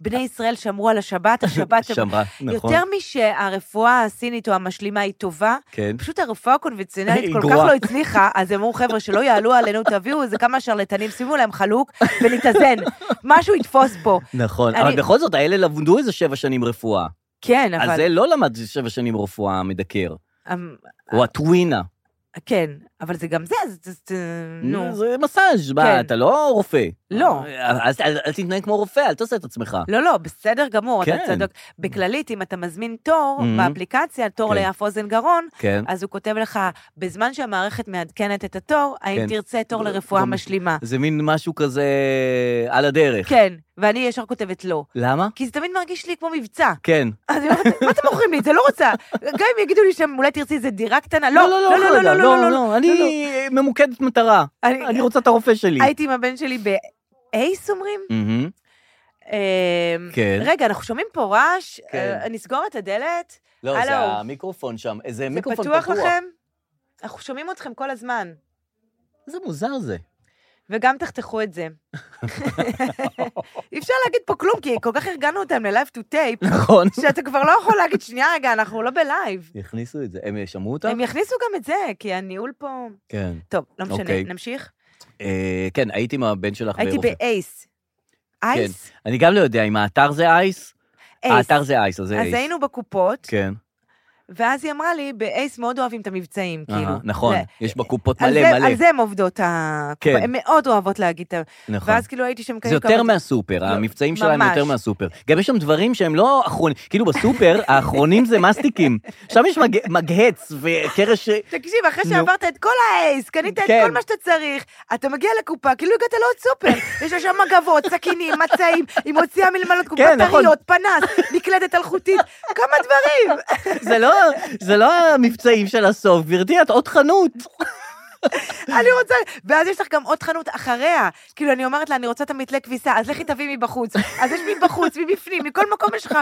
משבני ישראל שמרו על השבת, השבת... שמרה, נכון. יותר משהרפואה הסינית או המשלימה היא טובה, כן. פשוט הרפואה הקונבנציונלית היא כל כך גרועה. לא הצליחה, אז אמרו, חבר'ה, שלא יעלו עלינו, תביאו איזה כמה שרלטנים, שימו להם חלוק ונתאזן, משהו יתפוס פה. נכון, אני- אבל בכל זאת, האלה למדו איזה שבע שנים רפואה. כן, אז אבל... זה לא למד שבע שנים רפואה המדקר, אמ, או הטווינה. כן, אבל זה גם זה, אז... אז- אז- נו. זה מסאז', כן. מה, אתה לא רופא. לא. אז אל אל תתנהג כמו רופא, אל תעשה את עצמך. לא, לא, בסדר גמור, אתה כן. צודק. בכללית, אם אתה מזמין תור Mhm. באפליקציה, תור כן. לאף אוזן גרון, כן. אז הוא כותב לך, בזמן שהמערכת מעדכנת את התור, האם כן. תרצה תור לרפואה גם- משלימה? זה מין משהו כזה על הדרך. כן, ואני ישר כותבת לא. למה? כי זה תמיד מרגיש לי כמו מבצע. כן. אז אני אומרת, מה אתם מוכרים לי? את זה לא רוצה. גם אם יגידו לי שם, אולי תרצי איזה דירה קטנה, לא, לא, לא, לא, לא, לא, לא, לא. אני ממוקדת מטרה. אני- אני רוצה את הרופא שלי. הייתי עם הבן שלי באייס אומרים? מהמם. אמ, כן. רגע, אנחנו שומעים פה רעש, כן. אה, נסגור את הדלת, לא, זה הלו. המיקרופון שם. איזה זה מיקרופון פתוח. פתוח לכם? אנחנו שומעים אתכם כל הזמן, איזה מוזר זה. וגם תחתכו את זה. אי אפשר להגיד פה כלום, כי כל כך הרגענו אותם ל-Live to Tape, נכון. שאתה כבר לא יכול להגיד, שנייה רגע, אנחנו לא בלייב. יכניסו את זה. הם שמעו אותם? הם יכניסו גם את זה, כי הניהול פה... כן. טוב, לא משנה, אוקיי. נמשיך. אה, כן, הייתי עם הבן שלך הייתי ברופא. באייס. כן. אייס? אני גם לא יודע אם האתר זה אייס. אייס. אה, האתר זה אייס, אז זה אייס. אז היינו בקופות, כן. ואז היא אמרה לי, באייס מאוד אוהבים את המבצעים, כאילו. אהה, נכון, זה- יש בקופות על מלא זה- על מלא. זה הן עובדות, הקופות. כן. הן מאוד אוהבות להגיד את ה... נכון. ואז כאילו הייתי שם זה לא, יותר מהסופר, המבצעים שלהם יותר ממש. מהסופר. גם יש שם דברים שהם לא אחרונים, כאילו בסופר, האחרונים זה מסטיקים. שם יש מג- מגהץ וקרש... תקשיב, אחרי נו. שעברת את כל האייס, קנית את כן. כל מה שאתה צריך, אתה מגיע לקופה, כאילו הגעת לעוד סופר. יש לה שם מגבות, סכינים, מצעים, היא מוציאה מלמעלות קופת כן, נכון. טריות, פנס, מקלדת אלחוטית, כמה דברים. זה לא, זה לא המבצעים של הסוף, גברתי, את עוד חנות. אני רוצה... ואז יש לך גם עוד חנות אחריה. כאילו, אני אומרת לה, אני רוצה את המתלה כביסה, אז לכי תביאי מבחוץ. אז יש מבחוץ, מבפנים, מכל מקום יש לך...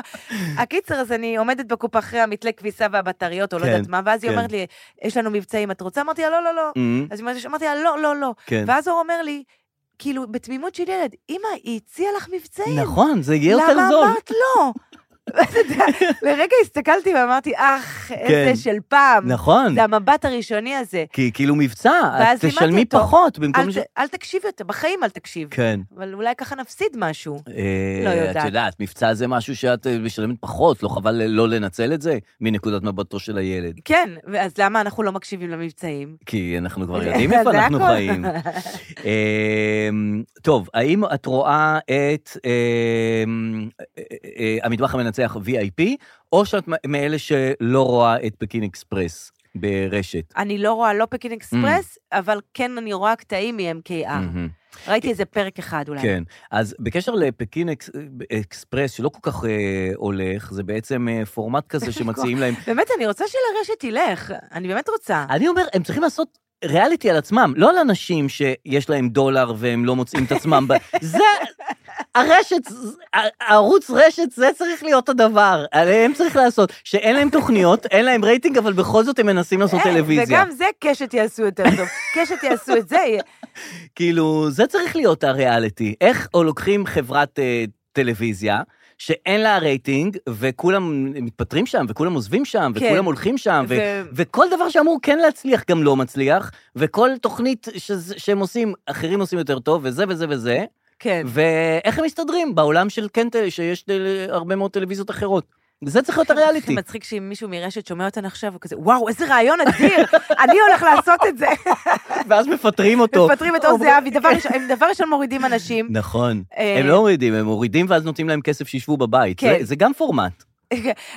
הקיצר, אז אני עומדת בקופה אחרי המתלה כביסה והבטריות, או לא כן, יודעת מה, ואז היא כן. אומרת לי, יש לנו מבצעים, את רוצה? אמרתי לה, לא, לא, לא. Mm. אז היא אמרתי לה, לא, לא, לא. כן. ואז הוא אומר לי, כאילו, בתמימות של ילד, אמא, היא הציעה לך מבצעים. נכון, זה יהיה יותר למה זול. אמרת לא? אתה יודע, לרגע הסתכלתי ואמרתי, אך, כן. איזה של פעם. נכון. זה המבט הראשוני הזה. כי כאילו מבצע, ואז אז תשלמי לימדתי אותו. פחות אל במקום ש... ת- אל תקשיב יותר, בחיים אל תקשיב. כן. אבל אולי ככה נפסיד משהו. אה, לא יודעת. את יודעת, מבצע זה משהו שאת אה, משלמת פחות, לא חבל לא לנצל את זה מנקודת מבטו של הילד. כן, ואז למה אנחנו לא מקשיבים למבצעים? כי אנחנו כבר זה- יודעים איפה זה אנחנו הכל. חיים. אמ, טוב, האם את רואה את אמ, אה, אה, המטבח המנצח VIP, או שאת מ- מאלה שלא רואה את פקין אקספרס ברשת? אני לא רואה לא Mm. פקין אקספרס, אבל כן אני רואה קטעים מ-MKR. מהמם. ראיתי איזה פרק אחד אולי. Mm-hmm. כן, אז בקשר לפקין אקס, אקספרס, שלא כל כך אה, הולך, זה בעצם אה, פורמט כזה שמציעים להם. באמת, אני רוצה שלרשת תלך, אני באמת רוצה. אני אומר, הם צריכים לעשות ריאליטי על עצמם, לא על אנשים שיש להם דולר והם לא מוצאים את עצמם. ב... זה, הרשת, ה- הערוץ רשת, זה צריך להיות הדבר. עליהם צריך לעשות, שאין להם תוכניות, אין להם רייטינג, אבל בכל זאת הם מנסים לעשות אה, טלוויזיה. וגם זה קשת יעשו יותר טוב. קשת יעשו את זה, יהיה- כאילו, זה צריך להיות הריאליטי. איך או לוקחים חברת אה, טלוויזיה, שאין לה רייטינג, וכולם מתפטרים שם, וכולם עוזבים שם, כן. וכולם הולכים שם, ו... ו- וכל דבר שאמור כן להצליח גם לא מצליח, וכל תוכנית שזה- שהם עושים, אחרים עושים יותר טוב, וזה וזה וזה, כן. ואיך הם מסתדרים בעולם של כן, טל- שיש טל- הרבה מאוד טלוויזיות אחרות. זה צריך להיות הריאליטי. הכי מצחיק שאם מישהו מרשת שומע אותנו עכשיו, הוא כזה, וואו, איזה רעיון אדיר, אני הולך לעשות את זה. ואז מפטרים אותו. מפטרים את עוז אוקיי. זהבי, דבר ראשון, הם דבר ראשון מורידים אנשים. נכון. אה, הם לא מורידים, הם מורידים ואז נותנים להם כסף שישבו בבית. כן. זה- זה גם פורמט.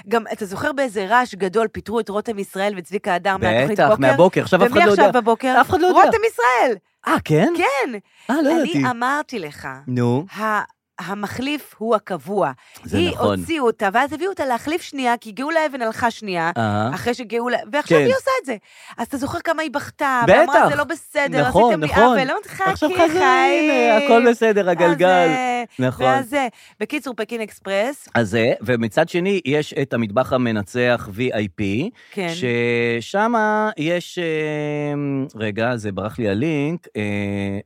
גם, אתה זוכר באיזה רעש גדול פיטרו את רותם ישראל וצביקה הדר מהתוכנית בטח, בוקר? מהבוקר, עכשיו אף אחד ומי לא עכשיו יודע. בבוקר? אף אחד לא יודע. רותם ישראל, אה, כן? כן. אה, לא ידעתי. אני אמרתי לך, נו, ה- המחליף הוא הקבוע. זה היא נכון. הוציאו אותה, ואז הביאו אותה להחליף שנייה, כי גאולה אבן הלכה שנייה. אה, אחרי שגאולה, ועכשיו כן. היא עושה את זה. אז אתה זוכר כמה היא בכתה, בטח. ואמרה זה לא בסדר, נכון, עשיתם לי נכון. עוול, אמרתי חכי עכשיו חיים. חזרה, הנה, הכל בסדר, הגלגל. אז, אה, נכון. ואז זה. בקיצור, פקין אקספרס, אז זה, ומצד שני, יש את המטבח המנצח VIP, כן. ששם יש, אה, רגע, זה ברח לי הלינק,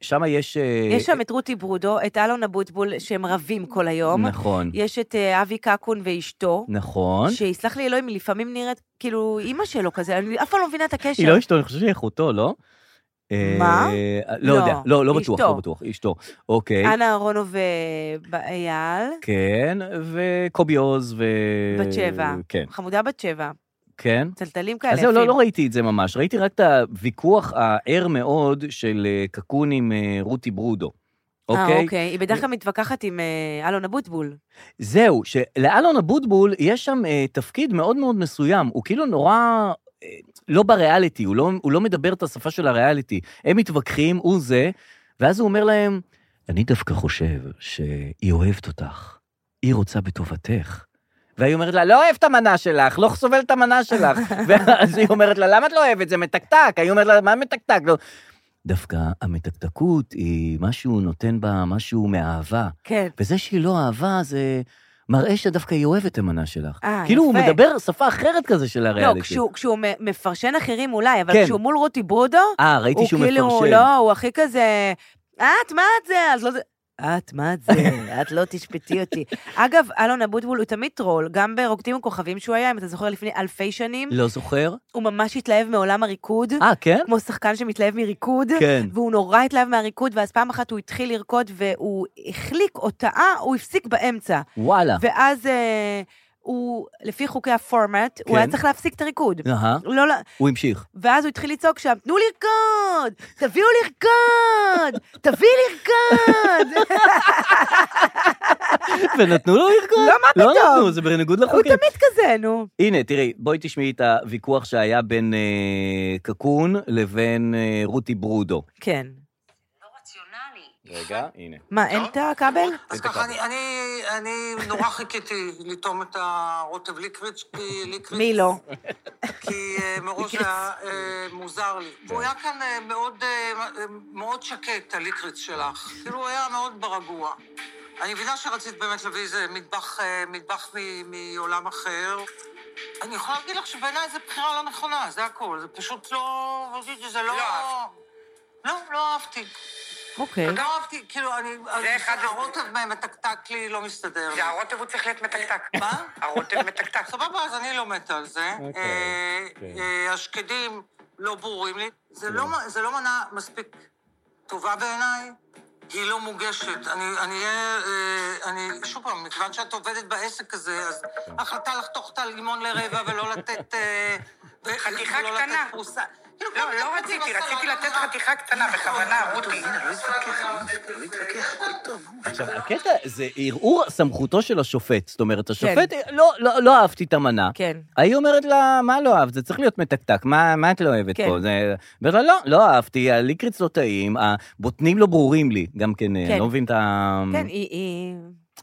שם יש... אה, יש שם את רותי ברודו, את אלון אבוטבול, שהם רבים כל היום. נכון, יש את אה, אבי קקון ואשתו. נכון. שיסלח לי אלוהים, היא לפעמים נראית כאילו אימא שלו כזה, אני אף פעם לא מבינה את הקשר. היא לא אשתו, אני חושב שהיא אחותו, לא? אה, מה? לא לא, יודע, לא, לא היא בטוח, אשתו. לא בטוח, היא אשתו. אוקיי, אנה אהרונוב אה, ואייל, כן, וקובי עוז ו... בת שבע. כן, חמודה בת שבע, כן. צלצלים כאלה אז זהו, לא, יפים. לא ראיתי את זה ממש, ראיתי רק את הוויכוח הער מאוד של אה, קקון עם אה, רותי ברודו. אה, אוקיי? אוקיי. היא בדרך כלל מתווכחת עם אה, אלון אבוטבול. זהו, שלאלון אבוטבול יש שם אה, תפקיד מאוד מאוד מסוים, הוא כאילו נורא... אה, לא בריאליטי, הוא לא, הוא לא מדבר את השפה של הריאליטי. הם מתווכחים, הוא זה, ואז הוא אומר להם, אני דווקא חושב שהיא אוהבת אותך, היא רוצה בטובתך. והיא אומרת לה, לא אוהב את המנה שלך, לא סובל את המנה שלך. ואז היא אומרת לה, למה את לא אוהבת? זה מתקתק. היא אומרת לה, מה מתקתק? לא. דווקא המתקתקות היא משהו נותן בה משהו מאהבה. כן. וזה שהיא לא אהבה, זה מראה שדווקא היא אוהבת את המנה שלך. אה, כאילו, הוא יפה. מדבר שפה אחרת כזה של לא, הריאליטי. כשהוא- כשהוא מ- מפרשן אחרים אולי, אבל כן. כשהוא מול רותי ברודו, אה, ראיתי הוא שהוא כאילו, מפרשן. לא, הוא הכי כזה, את, מה את זה? אז לא זה... את, מה את זה? את לא תשפטי אותי. אגב, אלון אבוטבול הוא תמיד טרול, גם ברוקדים וכוכבים שהוא היה, אם אתה זוכר, לפני אלפי שנים, לא זוכר? הוא ממש התלהב מעולם הריקוד, אה, כן? כמו שחקן שמתלהב מריקוד, כן. והוא נורא התלהב מהריקוד, ואז פעם אחת הוא התחיל לרקוד והוא החליק או טעה, הוא הפסיק באמצע. וואלה. ואז אה, הוא, לפי חוקי הפורמט, הוא כן. אה. היה צריך להפסיק את הריקוד. אהה, לא, לא, הוא המשיך. ואז הוא התחיל לצעוק שם, תנו לרקוד! תביאו לרקוד! תביאי לרקוד! אוקיי. ונתנו לו לרקוד? לא, מה לא פתאום? נתנו, זה בניגוד הוא לחוקים. תמיד כזה, נו. הנה, תראי, בואי תשמעי את הוויכוח שהיה בין אה, קקון לבין אה, רותי ברודו. כן. רגע, הנה. מה, אין את הכבל? אז ככה, אני, אני, אני נורא חיכיתי לטעום את הרוטב ליקריץ', כי ליקריץ', מי לא? כי אה, מראש היה אה, מוזר לי. כן. הוא היה כאן אה, מאוד, אה, אה, מאוד שקט, הליקריץ' שלך. כאילו, הוא היה מאוד ברגוע. אני מבינה שרצית באמת להביא איזה מטבח, אה, מטבח מ- מעולם אחר. אני יכולה להגיד לך שבעיניי זו בחירה לא נכונה, זה הכל. זה פשוט לא... זה לא... לא, לא אהבתי. אוקיי. וגם אהבתי, כאילו, אני... זה אחד- הרוטב מתקתק לי, לא מסתדר. לי. זה הרוטב הוא צריך להיות מתקתק. מה? הרוטב מתקתק. סבבה, אז אני לא מתה על זה. אה, אה, השקדים לא ברורים לי. זה לא מ- זה לא מנה מספיק טובה בעיניי, היא לא מוגשת. אני אני אהיה... אה, אני... שוב פעם, מכיוון שאת עובדת בעסק הזה, אז החלטה לחתוך את הלימון לרבע ולא לתת... אה, ו- חתיכה ולא לתת קטנה. פרוסה. כאילו, כל לא, מיני נכון. לא פרטים רציתי, בסלט, רציתי לא לתת נראה- חתיכה קטנה בכוונה, רותי. עכשיו, הקטע זה ערעור סמכותו של השופט. זאת אומרת, השופט, לא, לא, לא אהבתי את המנה. כן. היא אומרת לה, מה לא אהבת? זה צריך להיות מתקתק, מה, מה את לא אוהבת כן. פה? זה... אומרת לה, לא, לא אהבתי, הליקריץ לא טעים, הבוטנים לא ברורים לי. גם כן, אני כן. לא מבין את ה... כן, היא- היא...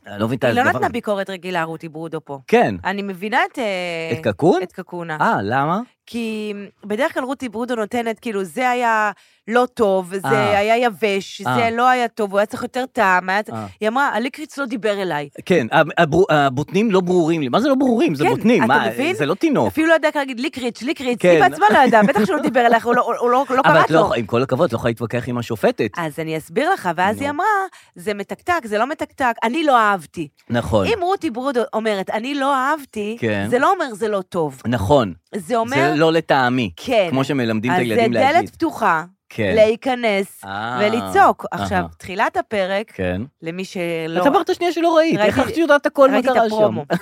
אני לא מבין את היא לא הדבר נתנה הזה. ביקורת רגילה, רותי ברודו פה. כן. אני מבינה את... אה, את קקון? את קקונה. אה, למה? כי בדרך כלל רותי ברודו נותנת, כאילו, זה היה לא טוב, זה אה. היה יבש, אה. זה לא היה טוב, הוא היה צריך יותר טעם, היה צריך... אה. היא אמרה, הליקריץ לא דיבר אליי. כן, הבר- הבוטנים לא ברורים לי. מה זה לא ברורים? זה כן, בוטנים. אתה מה, מבין? זה לא טינוף. אפילו לא יודע איך להגיד ליקריץ', ליקריץ', כן. היא בעצמה לא ידעה, בטח שהוא לא דיבר אליך, הוא לא- הוא לא הוא לא אבל קראת את לא, לו. יכולה- עם כל הכבוד, את לא יכולה להתווכח עם השופטת. אז אני אסביר לך, ואז היא אמרה, זה מתקתק, זה לא מתקתק, אני לא אהבתי. נכון, אם רותי ברודו אומרת, אני לא אהבתי, כן. זה לא אומר זה לא טוב. נכון. זה אומר... זה לא לטעמי. כן. כמו שמלמדים את אז זה הילדים דלת להגיד. פתוחה, כן. להיכנס אה. ולצעוק. עכשיו, אהה. תחילת הפרק, כן. למי שלא... את אמרת השנייה שלא ראית, לא. ראיתי- איך את יודעת הכל מה ראיתי את קרה שם? הפרומו.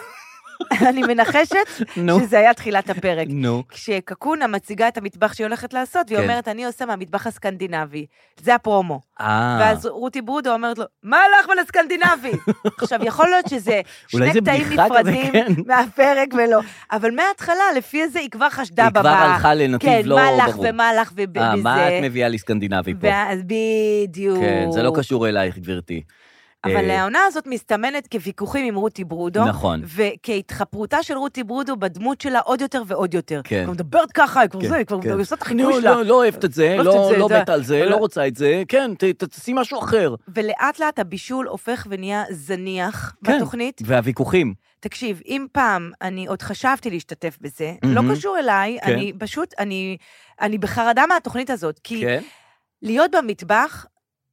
אני מנחשת נו. שזה היה תחילת הפרק. נו. כשקקונה מציגה את המטבח שהיא הולכת לעשות, והיא כן. אומרת, אני עושה מהמטבח הסקנדינבי. זה הפרומו. אה. ואז רותי ברודו אומרת לו, מה הלך ולסקנדינבי? עכשיו, יכול להיות שזה אולי שני זה קטעים בדיחה כזה, נפרדים כן. מהפרק ולא, אבל מההתחלה, לפי זה היא כבר חשדה היא כבר בבא- הלכה לנתיב לא כן, מה הלך ברור. ומה הלך וב- אה, מה את וזה. מביאה לי סקנדינבי פה? ואז בדיוק. כן, זה לא קשור אלייך, גברתי. אבל אה, העונה הזאת מסתמנת כוויכוחים עם רותי ברודו. נכון. וכהתחפרותה של רותי ברודו בדמות שלה עוד יותר ועוד יותר. כן. היא כבר מדברת ככה, היא כבר כן, זה, היא כבר כן. עושה את החיקוי נו, שלה. לא, לא אוהבת את זה, לא לא- אוהבת את זה, לא אתה- מתה על זה, אבל- לא רוצה את זה, כן, ת- ת- תשים משהו אחר. ולאט לאט הבישול הופך ונהיה זניח כן. בתוכנית. והוויכוחים, תקשיב, אם פעם אני עוד חשבתי להשתתף בזה, לא מהמם. קשור אליי, כן. אני פשוט, אני אני בחרדה מהתוכנית הזאת. כי כן. להיות במטבח,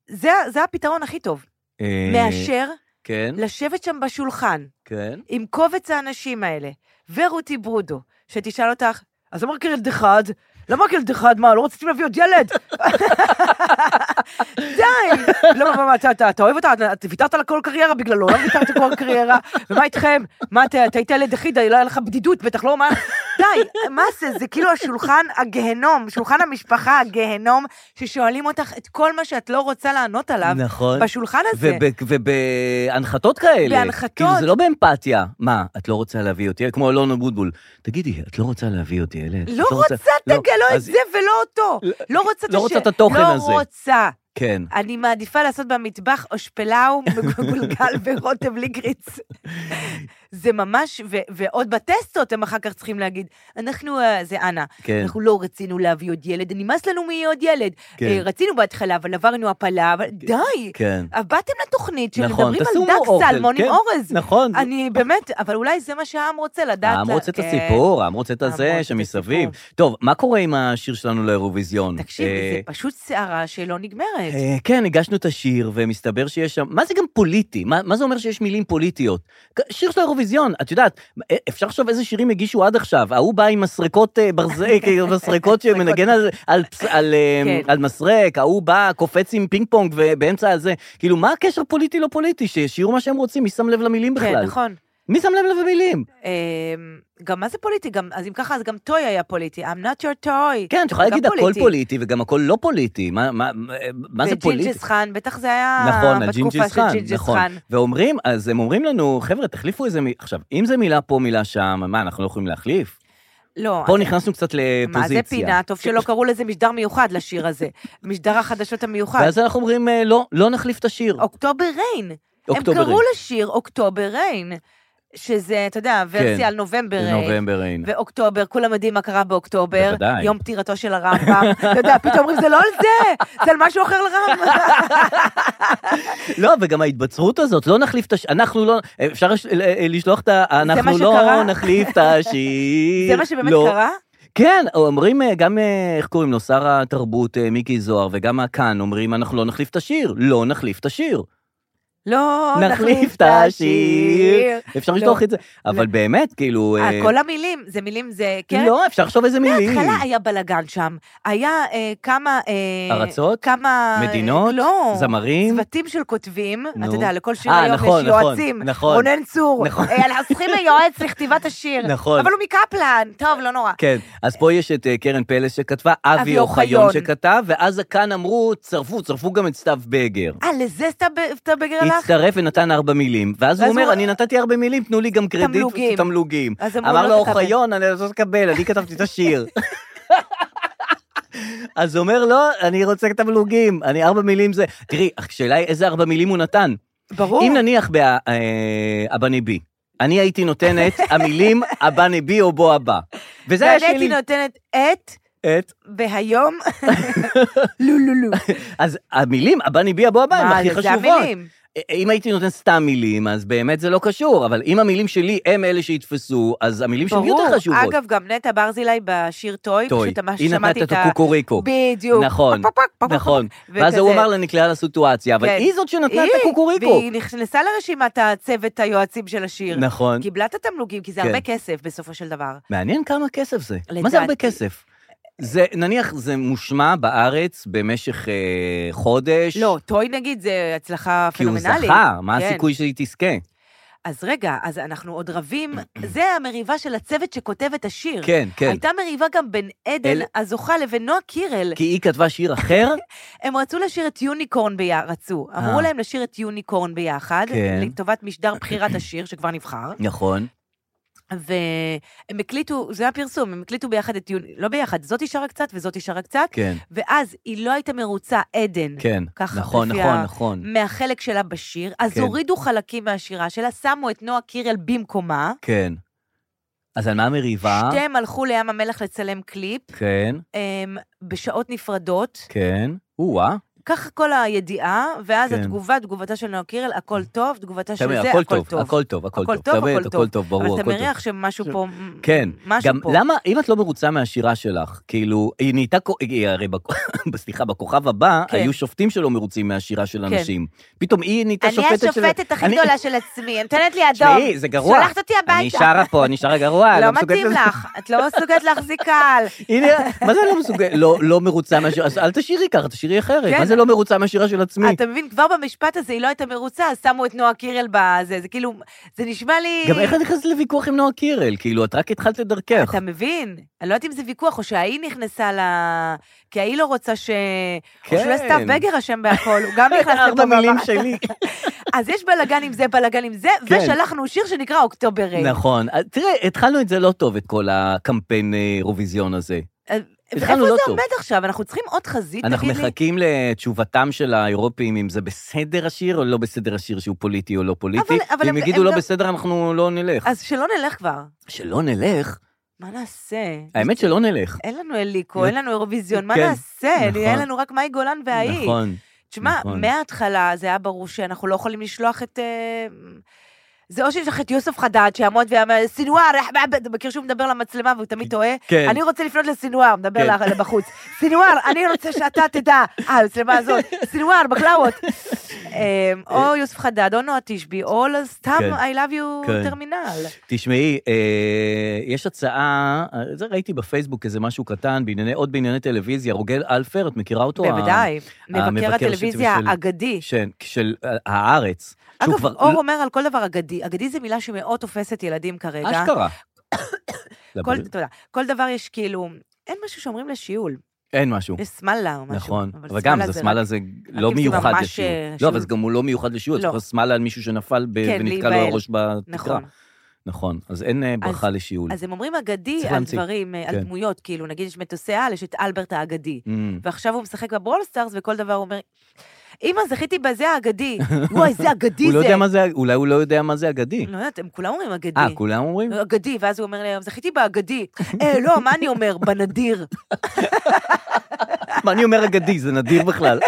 זה זה הפתרון הכי טוב. אה, מאשר כן, לשבת שם בשולחן. כן. עם קובץ האנשים האלה, ורותי ברודו, שתשאל אותך, אז למה רק ילד אחד? למה רק ילד אחד? מה, לא רציתם להביא עוד ילד? די! לא, מה, מה, אתה- אתה אתה אוהב אותה? אתה- אתה ויתרת על כל קריירה בגללו, לא ויתרת על כל קריירה? ומה איתכם? מה, אתה אתה היית ילד יחיד, לא היה לך בדידות, בטח לא, מה? די, מה זה? זה כאילו השולחן הגהנום, שולחן המשפחה הגהנום, ששואלים אותך את כל מה שאת לא רוצה לענות עליו, נכון. בשולחן הזה. וב- ובהנחתות כאלה. בהנחתות. כאילו, זה לא באמפתיה. מה, את לא רוצה להביא אותי? כמו אלון אבוטבול. תגידי, את לא רוצה להביא אותי, אלת? לא רוצה, תגלה לא את אז- זה ולא אותו. לא רוצה לא הש- רוצה את התוכן הזה. לא רוצה. כן. אני מעדיפה לעשות במטבח אושפלאו מגולגל ורוטב ליגריץ. זה ממש, ו- ועוד בטסטות הם אחר כך צריכים להגיד, אנחנו, אה, זה אנה, כן. אנחנו לא רצינו להביא עוד ילד, נמאס לנו מי יהיה עוד ילד. כן. אה, רצינו בהתחלה, אבל עברנו הפלה, אבל די. אה, כן. באתם לתוכנית נכון, שמדברים על תשימו דג אוכל, סלמון עם כן, אורז. נכון. אני באמת, אבל אולי זה מה שהעם רוצה, לדעת. העם לה- רוצה את כן. הסיפור, העם רוצה את העם רוצה הזה את שמסביב. הסיפור. טוב, מה קורה עם השיר שלנו לאירוויזיון? תקשיב, אה, זה פשוט סערה שלא נגמרת. אה, כן, הגשנו את השיר, ומסתבר שיש שם... מה זה גם פוליטי? מה, מה זה אומר שיש מילים פוליטיות? כ- שיר של האירוויזיון, את יודעת, אה, אפשר לחשוב איזה שירים הגישו עד עכשיו. ההוא בא עם מסרקות אה, ברזק, אה, מסרקות שמנגן על, על, פס- על, אה, כן. על מסרק, ההוא בא, קופץ עם פינג פונג ובאמצע הזה. כאילו, מה הקשר פוליטי-לא פוליטי? שישירו מה שהם רוצים, מי שם לב למילים בכלל? כן, נכון. מי שם לב למילים? אמ, גם מה זה פוליטי? גם, אז אם ככה, אז גם טוי היה פוליטי. I'm not your toy. כן, את יכולה גם להגיד הכל פוליטי וגם הכל לא פוליטי. מה- מה מה זה פוליטי? וג'ינג'ס חאן, בטח זה היה נכון, על בתקופה ג'ינג'יס של חאן, ג'ינג'ס נכון. חאן. ואומרים, אז הם אומרים לנו, חבר'ה, תחליפו איזה מילה. עכשיו, אם זה מילה פה, מילה שם, מה, אנחנו לא יכולים להחליף? לא, פה אז- נכנסנו קצת לפוזיציה. מה זה פינה? טוב שלא קראו לזה משדר מיוחד לשיר הזה. משדר החדשות המיוחד. ואז אנחנו אומרים, אה, לא, לא נחליף את השיר. אוקטובר ריין. הם אוקטובר קראו ריין. לשיר אוקטובר ריין. שזה, אתה יודע, ורסיה על נובמבר ריין. כן. נובמבר אין. ואוקטובר, כולם יודעים מה קרה באוקטובר. בוודאי. יום פטירתו של הרמב"ם. אתה יודע, פתאום אומרים, זה לא על זה, זה על משהו אחר לרמב"ם. לא, וגם ההתבצרות הזאת, לא נחליף את השיר, אנחנו לא, אפשר לש- ל- לשלוח את ה... מה אנחנו שקרה? לא נחליף את השיר. זה מה שבאמת לא. קרה? כן, אומרים אה, גם, אה, איך קוראים לו, שר התרבות אה, מיקי זוהר, וגם כאן אומרים, אנחנו לא נחליף את השיר. לא נחליף את השיר. לא נחליף את השיר. אפשר לא. לשלוח את זה. אבל באמת, כאילו... אה, אה, כל המילים, זה מילים, זה... כן. לא, אפשר לחשוב איזה מילים. בהתחלה היה בלאגן שם. היה אה, כמה... אה, ארצות? כמה... מדינות? לא. זמרים? צוותים של כותבים. נו. אתה יודע, לכל שיר אה, היום נכון, יש נכון, יועצים. נכון. רונן צור. נכון. אה, אנחנו צריכים יועץ לכתיבת השיר. נכון. אבל הוא מקפלן. טוב, לא נורא. כן, אז פה יש את אה, קרן פלס שכתבה, אבי אבי אוחיון אוחיון. שכתב, ואז כאן אמרו, צרפו, צרפו גם את סתיו בגר. אה, לזה סתיו סתיו בגר הלך? הצטרף ונתן ארבע מילים, ואז הוא ואז אומר, הוא- אני נתתי ארבע מילים, תנו לי גם קרדיט תמלוגים. תמלוגים. אז אמרו, אמר "לא לו תקבל." אוחיון, אני לא תקבל, אני כתבתי את השיר. אז הוא אומר, לא, אני רוצה תמלוגים, אני ארבע מילים זה... תראי, השאלה היא איזה ארבע מילים הוא נתן. ברור. אם נניח באבני בי, אני הייתי נותנת המילים הבני בי או בו הבא. וזה היה ואני שלי. הייתי נותנת את, את- והיום... לא, לא, לא. אז המילים הבני בי הבו הבא הן מה, הכי זה חשובות. המילים. אה, אם הייתי נותן סתם מילים, אז באמת זה לא קשור, אבל אם המילים שלי הם אלה שיתפסו, אז המילים שלי ברור. יותר חשובות. אגב, גם נטע ברזילי בשיר טוי, טוי, פשוט ממש היא שמעתי נתנה את את ה... הקוקוריקו. בדיוק. נכון, פק, פק, פק, פק, פק, נכון. וכזה. ואז הוא אמר לה, נקלעה לסיטואציה, אבל כן. היא זאת שנתנה את היא, הקוקוריקו. והיא נכנסה לרשימת הצוות היועצים של השיר. נכון. קיבלה את התמלוגים, כי זה כן. הרבה כסף בסופו של דבר. מעניין כמה כסף זה. מה לדעתי- זה הרבה כסף? זה, נניח, זה מושמע בארץ במשך אה, חודש. לא, טוי נגיד זה הצלחה כי הוא פנומנלית. זכה, מה כן. הסיכוי שהיא תזכה? אז רגע, אז אנחנו עוד רבים, זה המריבה של הצוות שכותב את השיר. כן, כן. הייתה מריבה גם בין עדן אל- כן. הזוכה לבין נועה קירל. כי היא כתבה שיר אחר? הם רצו לשיר את יוניקורן ביחד, רצו. אה. אמרו להם לשיר את יוניקורן ביחד, כן. לטובת משדר בחירת השיר שכבר נבחר. נכון. והם הקליטו, זה היה פרסום, הם הקליטו ביחד את יוני, לא ביחד, זאת שרה קצת וזאת שרה קצת, כן, ואז היא לא הייתה מרוצה, עדן, כן. ככה, נכון, לפי נכון, ה- נכון. מהחלק שלה בשיר, אז כן. הורידו חלקים מהשירה שלה, שמו את נועה קירל במקומה, כן. אז על מה המריבה? שתיהם הלכו לים המלח לצלם קליפ, כן, הם, בשעות נפרדות, כן. או-אה. ככה כל הידיעה, ואז כן. התגובה, תגובה של נועה קירל, הכל טוב, תגובתה של תמיד, זה, הכל טוב, הכל טוב, הכל טוב. הכל טוב, תמיד, הכל הכל טוב. טוב, ברור, אבל הכל אתה טוב. מריח שמשהו פה, כן, משהו גם פה. למה, אם את לא מרוצה מהשירה שלך, כאילו, היא נהייתה, כ- היא הרי, בכ- סליחה, בכוכב הבא, כן. היו שופטים שלא מרוצים מהשירה של כן. אנשים. פתאום היא נהייתה אני שופטת של... השופטת הכי אני- גדולה של עצמי, נותנת לי אדום. תשמעי, זה גרוע. שולחת אותי הביתה. אני שרה פה, אני שרה גרוע. לא מסוגלת מתאים לזה. לך, את לא מסוגלת להחזיק קהל. הנה, מה זה לא מסוגלת? לא- לא מרוצה מהשירה, אז אל תשירי ככה, תשירי אחרת. כן. אה, מה זה לא מרוצה מהשירה של עצמי? אתה מבין, כבר במשפט הזה היא לא הייתה מרוצה, אז שמו את נועה קירל בזה, זה כאילו, זה נשמע לי... גם איך את נכנסת לוויכוח עם נועה קירל? כאילו, את רק התחלת את דרכך. אתה מבין? אני לא יודעת אם זה ויכוח, או שההיא נכנסה ל... כי ההיא לא רוצה ש... או כן. שאולי סתיו בגר אשם בהכל, הוא גם נכנס לפה ארבע מילים ואמר- שלי. אז יש בלאגן עם זה, בלאגן עם זה, כן. ושלחנו שיר שנקרא אוקטובר ריין. נכון. אז תראה, התחלנו את זה לא טוב, את כל הקמפיין אה, אירוויזיון הזה. התחלנו איפה לא זה טוב. עומד עכשיו? אנחנו צריכים עוד חזית, אנחנו תגיד לי? מחכים לתשובתם של האירופים, אם זה בסדר השיר או לא בסדר השיר שהוא פוליטי או לא פוליטי. אבל ואם הם- יגידו הם לא גם- בסדר, אנחנו לא נלך. אז שלא נלך כבר. שלא נלך? מה נעשה? האמת שלא נלך. אין לנו אליקו, אין לנו אירוויזיון, מה כן, נעשה? נכון. אין לנו רק מאי גולן והאי. נכון. תשמע, נכון. מההתחלה זה היה ברור שאנחנו לא יכולים לשלוח את... אה, זה או שנשלח את יוסף חדד, שיעמוד ויאמר, סינואר, אה, אה, אה", אתה מכיר שהוא מדבר למצלמה והוא תמיד טועה? כן. אני רוצה לפנות לסינואר, מדבר כן. לה- לבחוץ. סינואר, אני רוצה שאתה תדע, אה, המצלמה הזאת, סינואר, בקלאוות. אה, או יוסף חדד, או נועה תשבי, או סתם כן. I love you כן. טרמינל. תשמעי, אה, יש הצעה, אה, זה ראיתי בפייסבוק איזה משהו קטן, בענייני, עוד בענייני טלוויזיה, רוגל אלפר, את מכירה אותו? בוודאי, מבקר אה, המבקר הטלוויזיה של- האגדי. של, של אה, הארץ. שהוא אגב, כבר- לא- אור אומר על כל דבר אגדי. אגדי זו מילה שמאוד תופסת ילדים כרגע. אשכרה. לא, כל, לבריא. תודה. כל דבר יש כאילו, אין משהו שאומרים לשיעול. אין משהו. יש שמאלה או משהו. נכון, אבל אבל גם שמאלה זה רק- שמאלה זה לא אם זה מיוחד ממש, לשיעור. אה, לא, שיעור- אבל זה גם הוא לא מיוחד לשיעור, לא. צריך שמאלה על מישהו שנפל ב- כן, ונתקע לו להיבהל. הראש בתקרה. נכון. נכון, אז אין אה, ברכה לשיעול. אז הם אומרים אגדי צריך על להמציא. דברים, אה, על כן. דמויות, כאילו, נגיד יש מטוסי על, יש את אלברט האגדי. אמ, ועכשיו הוא משחק בברול סטארס וכל דבר הוא אומר, אמא, זכיתי בזה האגדי. וואי, זה אגדי זה. הוא לא יודע מה זה, אולי הוא לא יודע מה זה אגדי. לא יודעת, הם כולם אומרים אגדי. אה, כולם אומרים? אגדי, ואז הוא אומר להם, זכיתי באגדי. אה, לא, מה אני אומר? בנדיר. מה, אני אומר אגדי, זה נדיר בכלל.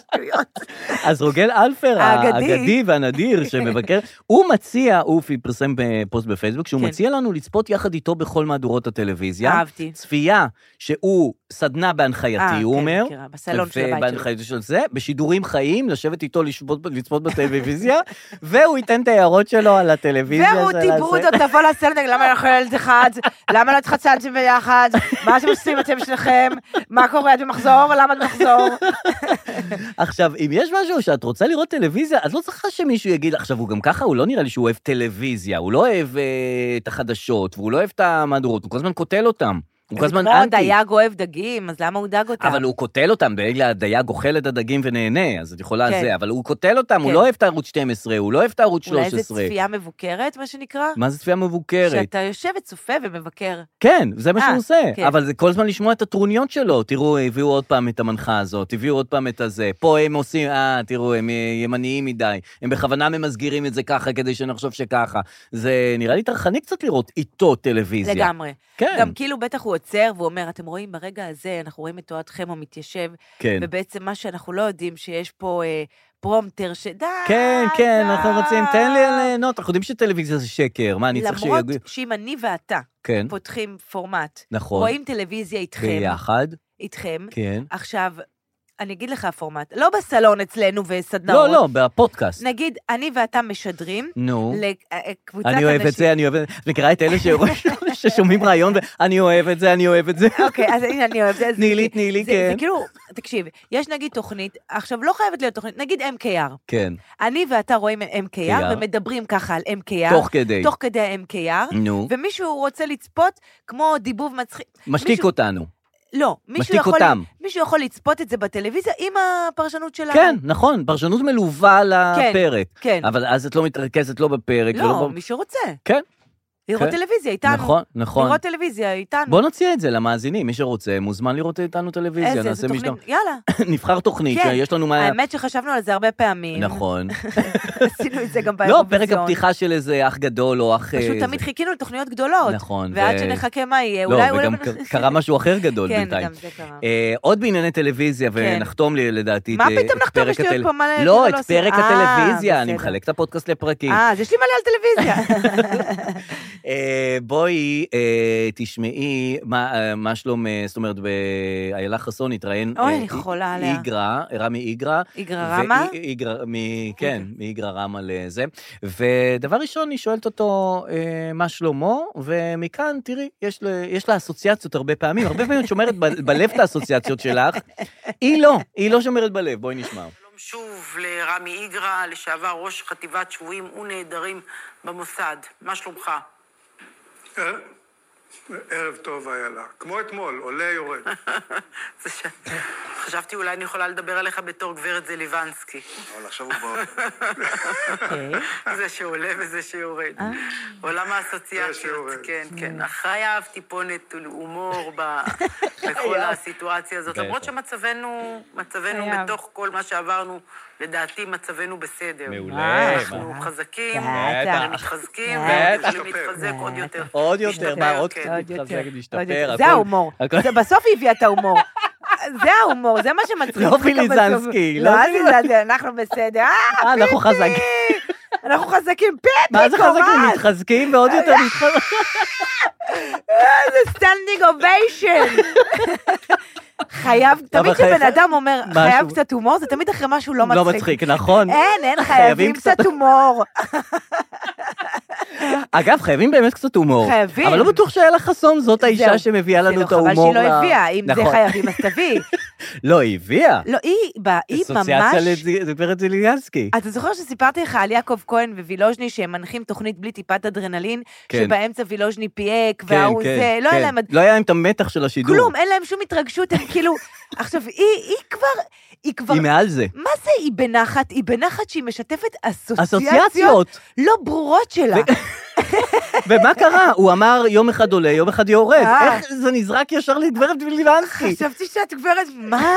שטויות. אז רוגל אלפר, האגדי. האגדי והנדיר שמבקר, הוא מציע, הוא פי- פרסם אה, פוסט בפייסבוק, שהוא כן. מציע לנו לצפות יחד איתו בכל מהדורות הטלוויזיה. אהבתי. צפייה שהוא סדנה בהנחייתי, אה, הוא כן, אומר. מכירה, בסלון של הבית שלו. ובהנחייתו של זה, בשידורים חיים, לשבת איתו לשבות- לצפות בטלוויזיה, והוא ייתן את ההערות שלו על הטלוויזיה. והוא של דיברו הזה. אותו, תבוא לסלון, תגיד, למה אני לא יכולה לילד אחד? למה לא התחצנתם ביחד? מה אתם עושים אתם שניכם? מה קורה? את במחזור? למה את במחזור? עכשיו, אם יש משהו שאת רוצה לראות טלוויזיה, את לא צריכה שמישהו יגיד, עכשיו, הוא גם ככה, הוא לא נראה לי שהוא אוהב טלוויזיה, הוא לא אוהב אה, את החדשות, והוא לא אוהב את המהדורות, הוא כל הזמן קוטל אותם. הוא כל הזמן כמו אנטי. דייג אוהב דגים, אז למה הוא דג אותם? אבל הוא קוטל אותם, בגלל הדייג אוכל את הדגים ונהנה, אז את יכולה כן. זה, אבל הוא קוטל אותם, הוא כן. לא אוהב את ערוץ 12, הוא לא אוהב את ערוץ אולי זו 13. צפייה מבוקרת, מה שנקרא? מה זה צפייה מבוקרת? שאתה יושב וצופה ומבקר. כן, זה מה אה, שהוא עושה. כן. אבל זה כל הזמן לשמוע את הטרוניות שלו. תראו, הביאו עוד פעם את המנחה הזאת, הביאו עוד פעם את הזה. פה הם עושים, אה, תראו, הם אה, ימניים מדי. הם בכוונה ממסגרים את זה ככה, כדי שנחשוב שככה. זה נראה לי טרחני קצת לראות איתו טלוויזיה. לגמרי. כן, גם כאילו בטח הוא עוצר והוא אומר, אתם רואים ברגע הזה, אנחנו רואים את תועדכם, הוא מתיישב, כן. ובעצם מה שאנחנו לא יודעים, שיש פה אה, פרומטר שדי, כן, כן, אנחנו די." רוצים, תן לי ליהנות. אנחנו יודעים שטלוויזיה זה שקר, מה, אני צריך למרות שיגידו... שאם אני ואתה כן, פותחים פורמט, נכון. רואים טלוויזיה איתכם, ביחד, איתכם, כן. עכשיו, אני אגיד לך הפורמט, לא בסלון אצלנו וסדנאות, לא, לא, בפודקאסט. נגיד, אני ואתה משדרים, נו. לקבוצת אני אוהב את אנשים. זה, אני אוהב את זה. את מכירה את אלה שרואים- ששומעים רעיון ואני אוהב את זה, אני אוהב את זה. אוקיי, אז הנה, אני אוהב את זה. אז תני לי, זה- תני לי, זה- כן. זה כאילו, תקשיב, יש נגיד תוכנית, עכשיו, לא חייבת להיות תוכנית, נגיד MKR. כן, אני ואתה רואים MKR KR. ומדברים ככה על MKR. תוך כדי. תוך כדי ה-MKR. נו, ומישהו רוצה לצפות כמו דיבוב מצחיק. משתיק מישהו- אותנו. לא, מישהו משתיק יכול, אותם. מישהו יכול לצפות את זה בטלוויזיה עם הפרשנות שלנו. כן, נכון, פרשנות מלווה לפרק. כן. אבל אז את לא מתרכזת לא בפרק. ולא לא, ב- מי שרוצה. כן. לראות כן. טלוויזיה איתנו. נכון, נכון. לראות טלוויזיה איתנו. בוא נציע את זה למאזינים, מי שרוצה מוזמן לראות איתנו טלוויזיה, איזה, נעשה איזה תוכנית, משלום. יאללה. נבחר תוכנית, כן. שיש לנו מה... האמת שחשבנו על זה הרבה פעמים. נכון. עשינו את זה גם לא, באירוויזיון. פרק הפתיחה של איזה אח גדול או אח... פשוט אה, תמיד חיכינו לתוכניות גדולות. נכון, ועד ו- שנחכה מה יהיה, לא, אולי... אולי- וגם ק- קרה משהו אחר גדול כן, בינתיים. גם זה קרה. אה, עוד בענייני טלוויזיה, כן. ונחתום לי לדעתי מה את, אה, פתאום את נחתום? פרק יש לי עוד הטל- פה מלא- לא, לא, את לא עושים. פרק אה, הטלוויזיה, אני בסדר. מחלק את הפודקאסט לפרקים. אה, אז יש לי מלא על טלוויזיה. אה, בואי, אה, תשמעי מה, אה, מה שלום, אה, זאת אומרת, ב- איילה חסון התראיין. אוי, אה, אני חולה אי- עליה. איגרא, רמי איגרא. איגרא רמה? אוקיי. ואי- איגרא- מ- כן, מאיגרא רמה לזה. ודבר ראשון, היא שואלת אותו, אה, מה שלמה? ומכאן, תראי, יש לה- יש לה אסוציאציות הרבה פעמים, הרבה פעמים את שומרת ב- בלב את האסוציאציות שלך. היא לא, היא לא שומרת בלב, בואי נשמע. שלום שוב לרמי איגרא, לשעבר ראש חטיבת שבויים ונעדרים במוסד. מה שלומך? ערב- ערב טוב, איילה. כמו אתמול, עולה יורד. זה ש- חשבתי אולי אני יכולה לדבר עליך בתור גברת זליבנסקי. אבל עכשיו הוא בא... כן. זה שעולה וזה שיורד. אה. עולם זה האסוציאציות, שיורד. כן, Mm. כן. אחריו טיפונת הומור ב- בכל הסיטואציה הזאת. למרות בטח. שמצבנו, מצבנו חייב. בתוך כל מה שעברנו, לדעתי מצבנו בסדר. מעולה. אנחנו חזקים, אה. בטח. מתחזקים, בטח. ויכולים להתחזק עוד יותר. עוד יותר, מה, עוד כן. קצת להתחזק, עוד להשתפר. יותר. זה הכל- ההומור. הכל- זה בסוף היא הביאה את ההומור. זה ההומור, זה מה שמצחיק. לא פיליזנסקי, לא לא פיליזנסקי, אנחנו בסדר. אה, אה, אנחנו חזקים. אנחנו חזקים. פיפי, מה זה חזקים? קורל. מתחזקים ועוד יותר לא מתחזקים. איזה סטנדינג אוביישן. חייב, אבל תמיד כשבן חייב- אדם אומר, משהו. חייב קצת הומור, זה תמיד אחרי משהו לא מצחיק. לא מצחיק, נכון. אין, אין, חייבים חייבים קצת- קצת הומור. אגב, חייבים באמת קצת הומור. חייבים. אבל לא בטוח שאלה חסון זאת האישה זהו. שמביאה לנו את זה לא ההומור. חבל שהיא לא ל- הביאה, אם זה נכון. חייבים, אז תביאי. לא, היא הביאה. לא, היא, ב- היא אסוציאציה ממש... אה, לז- לגברת זיליאנסקי. אתה זוכר שסיפרתי לך על יעקב כהן ווילוז'ני שהם מנחים תוכנית בלי טיפת אדרנלין, כן. שבאמצע וילוז'ני פייק, וההוא זה, לא היה להם לא היה להם את המתח של השידור. כלום, אין להם שום התרגשות, הם כאילו... עכשיו, היא היא כבר... היא כבר... היא מעל זה. מה זה היא בנחת? היא בנחת שהיא משתפת אסוציאציות אסוציאציות. לא ברורות שלה. ומה קרה? הוא אמר, יום אחד עולה, יום אחד יורד. אה. איך זה נזרק ישר לגברת זיליאנסקי? חשבתי שאת גברת, מה?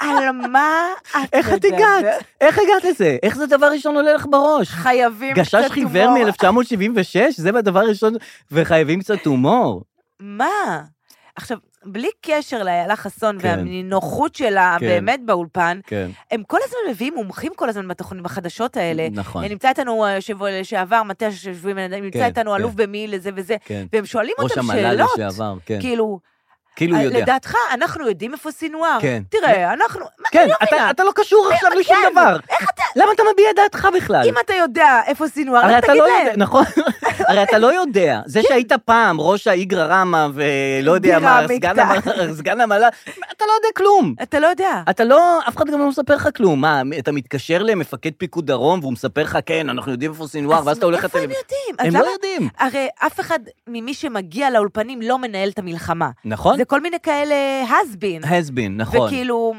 על מה את איך את הגעת? איך הגעת לזה? איך זה דבר ראשון עולה לך בראש? חייבים קצת גשש הומור. חיוור מ-1976, זה הדבר הראשון, וחייבים קצת הומור. מה? עכשיו, בלי קשר לאיילה חסון כן. והנינוחות שלה כן. באמת באולפן, כן. הם כל הזמן מביאים מומחים כל הזמן בתוכנ- בחדשות האלה. נכון. נמצא איתנו השבוע לשעבר, מטה השבויים, נמצא כן, איתנו אלוף כן. במי לזה וזה, כן. והם שואלים ראש אותם המל"ל שאלות. לשעבר, כן. כאילו, כאילו הוא יודע. לדעתך, אנחנו יודעים איפה סינואר? כן. תראה, אנחנו... מה, כן, אני לא אתה- מבינה. אתה לא קשור עכשיו לשום כן, דבר. איך אתה... למה אתה מביע את דעתך בכלל? אם אתה יודע איפה סינואר, הרי אז אתה תגיד לא להם. יודע, נכון, הרי אתה לא יודע. זה שהיית פעם ראש האיגרא רמא ולא יודע כן. בירה, מה, סגן מקטע. המ- סגן המל"ל, אתה לא יודע כלום. אתה לא יודע. אתה לא, אף אחד גם לא מספר לך כלום. מה, אתה מתקשר למפקד פיקוד דרום והוא מספר לך, כן, אנחנו יודעים איפה סינואר, אז ואז אתה הולך איפה הם לטלוויזיה. יודעים? אז הם למה- לא יודעים. הרי אף אחד ממי שמגיע לאולפנים לא מנהל את המלחמה. נכון? זה כל מיני כאלה הסבין. הסבין, נכון. וכאילו,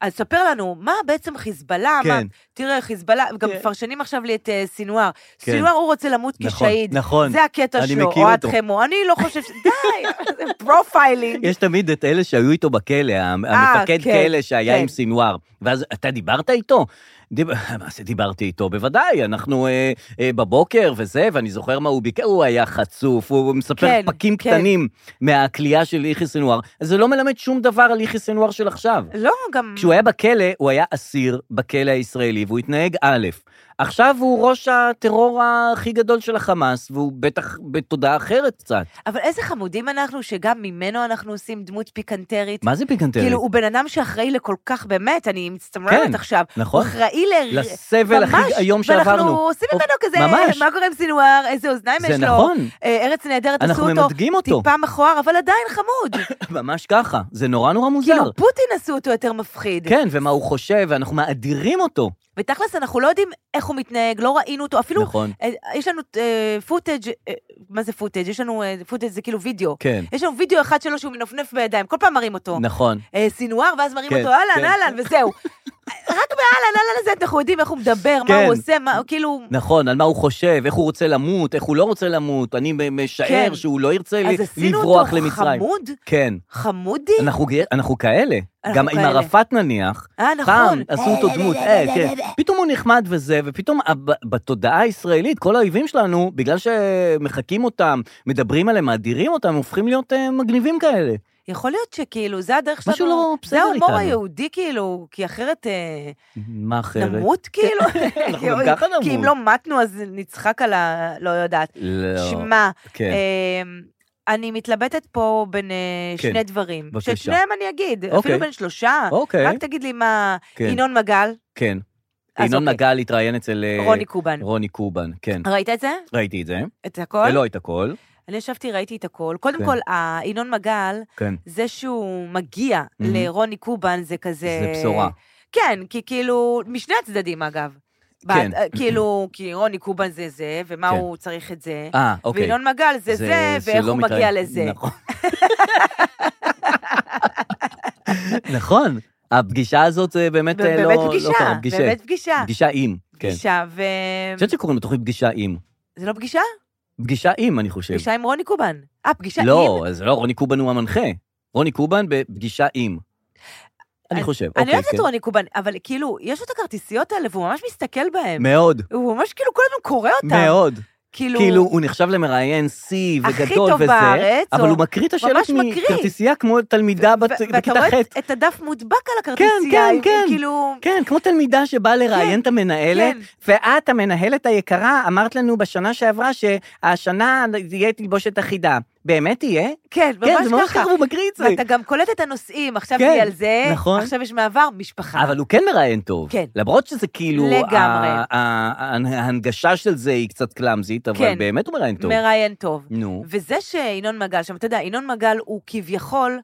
אז ספר לנו, מה בעצם חיזבאללה כן. אמר? תראה, חיזבאללה, גם כן. מפרשנים עכשיו לי את אה, סינואר. כן. סינואר הוא רוצה למות נכון, כשהאיד. נכון. זה הקטע אני שלו, מכיר או עד אותו. חמו. אני לא חושב ש... די, זה פרופיילינג. יש תמיד את אלה שהיו איתו בכלא, המ- אה, המפקד כן, כלא שהיה כן. עם סינואר. ואז אתה דיברת איתו? דיב- מה זה דיברתי איתו? בוודאי, אנחנו אה, אה, בבוקר וזה, ואני זוכר מה הוא ביקר, הוא היה חצוף, הוא מספר כן, פרקים כן. קטנים מהכלייה של יחיא סינואר. אז זה לא מלמד שום דבר על יחיא סינואר של עכשיו. לא, גם... כשהוא היה בכלא, הוא היה אסיר בכלא הישראלי, והוא התנהג א', עכשיו הוא ראש הטרור הכי גדול של החמאס, והוא בטח בתודעה אחרת קצת. אבל איזה חמודים אנחנו, שגם ממנו אנחנו עושים דמות פיקנטרית. מה זה פיקנטרי? כאילו, הוא בן אדם שאחראי לכל כך, באמת, אני מצטמררת כן, עכשיו. נכון. הוא אחראי ל... לסבל הכי ממש, איום ואנחנו שעברנו. עושים או- ממנו כזה, ממש. מה קורה עם סינואר, איזה אוזניים יש זה לו. נכון. אה, ארץ נהדרת עשו אנחנו אותו. ממתגים אותו. טיפה מכוער, אבל עדיין חמוד. ממש ככה, זה נורא נורא מוזר. כאילו, פוטין עשו אותו יותר מפחיד. כן, ומה הוא חושב, ואנחנו מאדירים אותו. ותכלס, אנחנו לא יודעים איך הוא מתנהג, לא ראינו אותו, אפילו... נכון. אה, יש לנו פוטאג', מה זה פוטאג'? יש לנו פוטאג' זה כאילו וידאו. כן. יש לנו וידאו אחד שלו שהוא מנפנף בידיים, כל פעם מראים אותו. נכון. אה, סינואר, ואז מראים כן, אותו, אהלן, כן. אהלן, וזהו. רק באהלן, אהלן הזה אנחנו יודעים איך הוא מדבר, מה כן. הוא עושה, מה, כאילו... נכון, על מה הוא חושב, איך הוא רוצה למות, איך הוא לא רוצה למות, אני משער כן. שהוא לא ירצה אז ל- עשינו לברוח אותו למצרים. חמוד? כן. חמודי? אנחנו, גאה- אנחנו כאלה. אנחנו גם עם כאלה. ערפאת נניח, אה, נכון. פעם עשו אותו דמות, אה, כן. פתאום הוא נחמד וזה, ופתאום הב- בתודעה הישראלית, כל האויבים שלנו, בגלל שמחקים אותם, מדברים עליהם, מאדירים אותם, הופכים להיות אה, מגניבים כאלה. יכול להיות שכאילו, זה הדרך שלנו. משהו לא בסדר זה ההומור איתנו. היהודי, כאילו, כי אחרת אה, מה אחרת? נמות, כאילו. כן. אנחנו גם ככה כי אם נמות. לא מתנו, אז נצחק על ה... לא יודעת. לא. שמע, כן. אה, אני מתלבטת פה בין אה, כן. שני דברים. בבקשה. שאת שניהם אני אגיד, אפילו אוקיי. בין שלושה. אוקיי. רק תגיד לי מה... כן. ינון מגל, כן. אז ינון אוקיי. מגל התראיין אצל... אה, רוני קובן. רוני קובן, כן. ראית את זה? ראיתי את זה. את הכל? לא את הכל. אני ישבתי, ראיתי את הכל. קודם כן. כל, אה, ינון מגל, כן. זה שהוא מגיע לרוני קובן זה כזה... זה בשורה. כן, כי כאילו, משני הצדדים אגב. כן. בעד- אה, כאילו, כי רוני קובן זה זה, ומה כן. הוא צריך את זה. אה, אוקיי. וינון מגל זה זה, ואיך שלא הוא מגיע מתראיין. לזה. נכון. נכון. הפגישה הזאת זה באמת אה, לא... באמת לא פגישה, קרה, באמת פגישה. פגישה עם, כן. אני פגישה, ו... חושבת שקוראים לתוכנית פגישה עם. זה לא פגישה? פגישה עם, אני חושב. פגישה עם רוני קובן. אה, פגישה עם... כן. לא, אז לא, רוני קובן הוא המנחה. רוני קובן בפגישה עם. אני חושב, אני אוקיי. אוהבת את כן. רוני קובן, אבל כאילו, יש לו את הכרטיסיות האלה, והוא ממש מסתכל בהן. מאוד, הוא ממש כאילו כל הזמן קורא אותן. מאוד. כאילו... כאילו, הוא נחשב למראיין שיא הכי וגדול טוב וזה, בארץ, או- אבל הוא מקריא את השאלות ממש מקריא. מכרטיסייה כמו תלמידה בת- ו- ואתה בכיתה רואה ח'. את- את הדף מודבק על כן, הכרטיסייה. כן, עם- כן. כאילו... כן, כמו תלמידה שבאה לראיין את המנהלת, כן. ואת, המנהלת היקרה, אמרת לנו בשנה שעברה שהשנה תהיה תלבושת אחידה. באמת תהיה? כן, ממש כן, ככה. זה ממש ככה, הוא מקריא את זה. ואתה גם קולט את הנושאים, עכשיו כן, תהיה על זה, נכון. עכשיו יש מעבר, משפחה. אבל הוא כן מראיין טוב. כן. למרות שזה כאילו... לגמרי. ה- ה- ההנגשה של זה היא קצת קלאמזית, אבל כן. באמת הוא מראיין טוב. מראיין טוב. נו. וזה שינון מגל שם, אתה יודע, ינון מגל הוא כביכול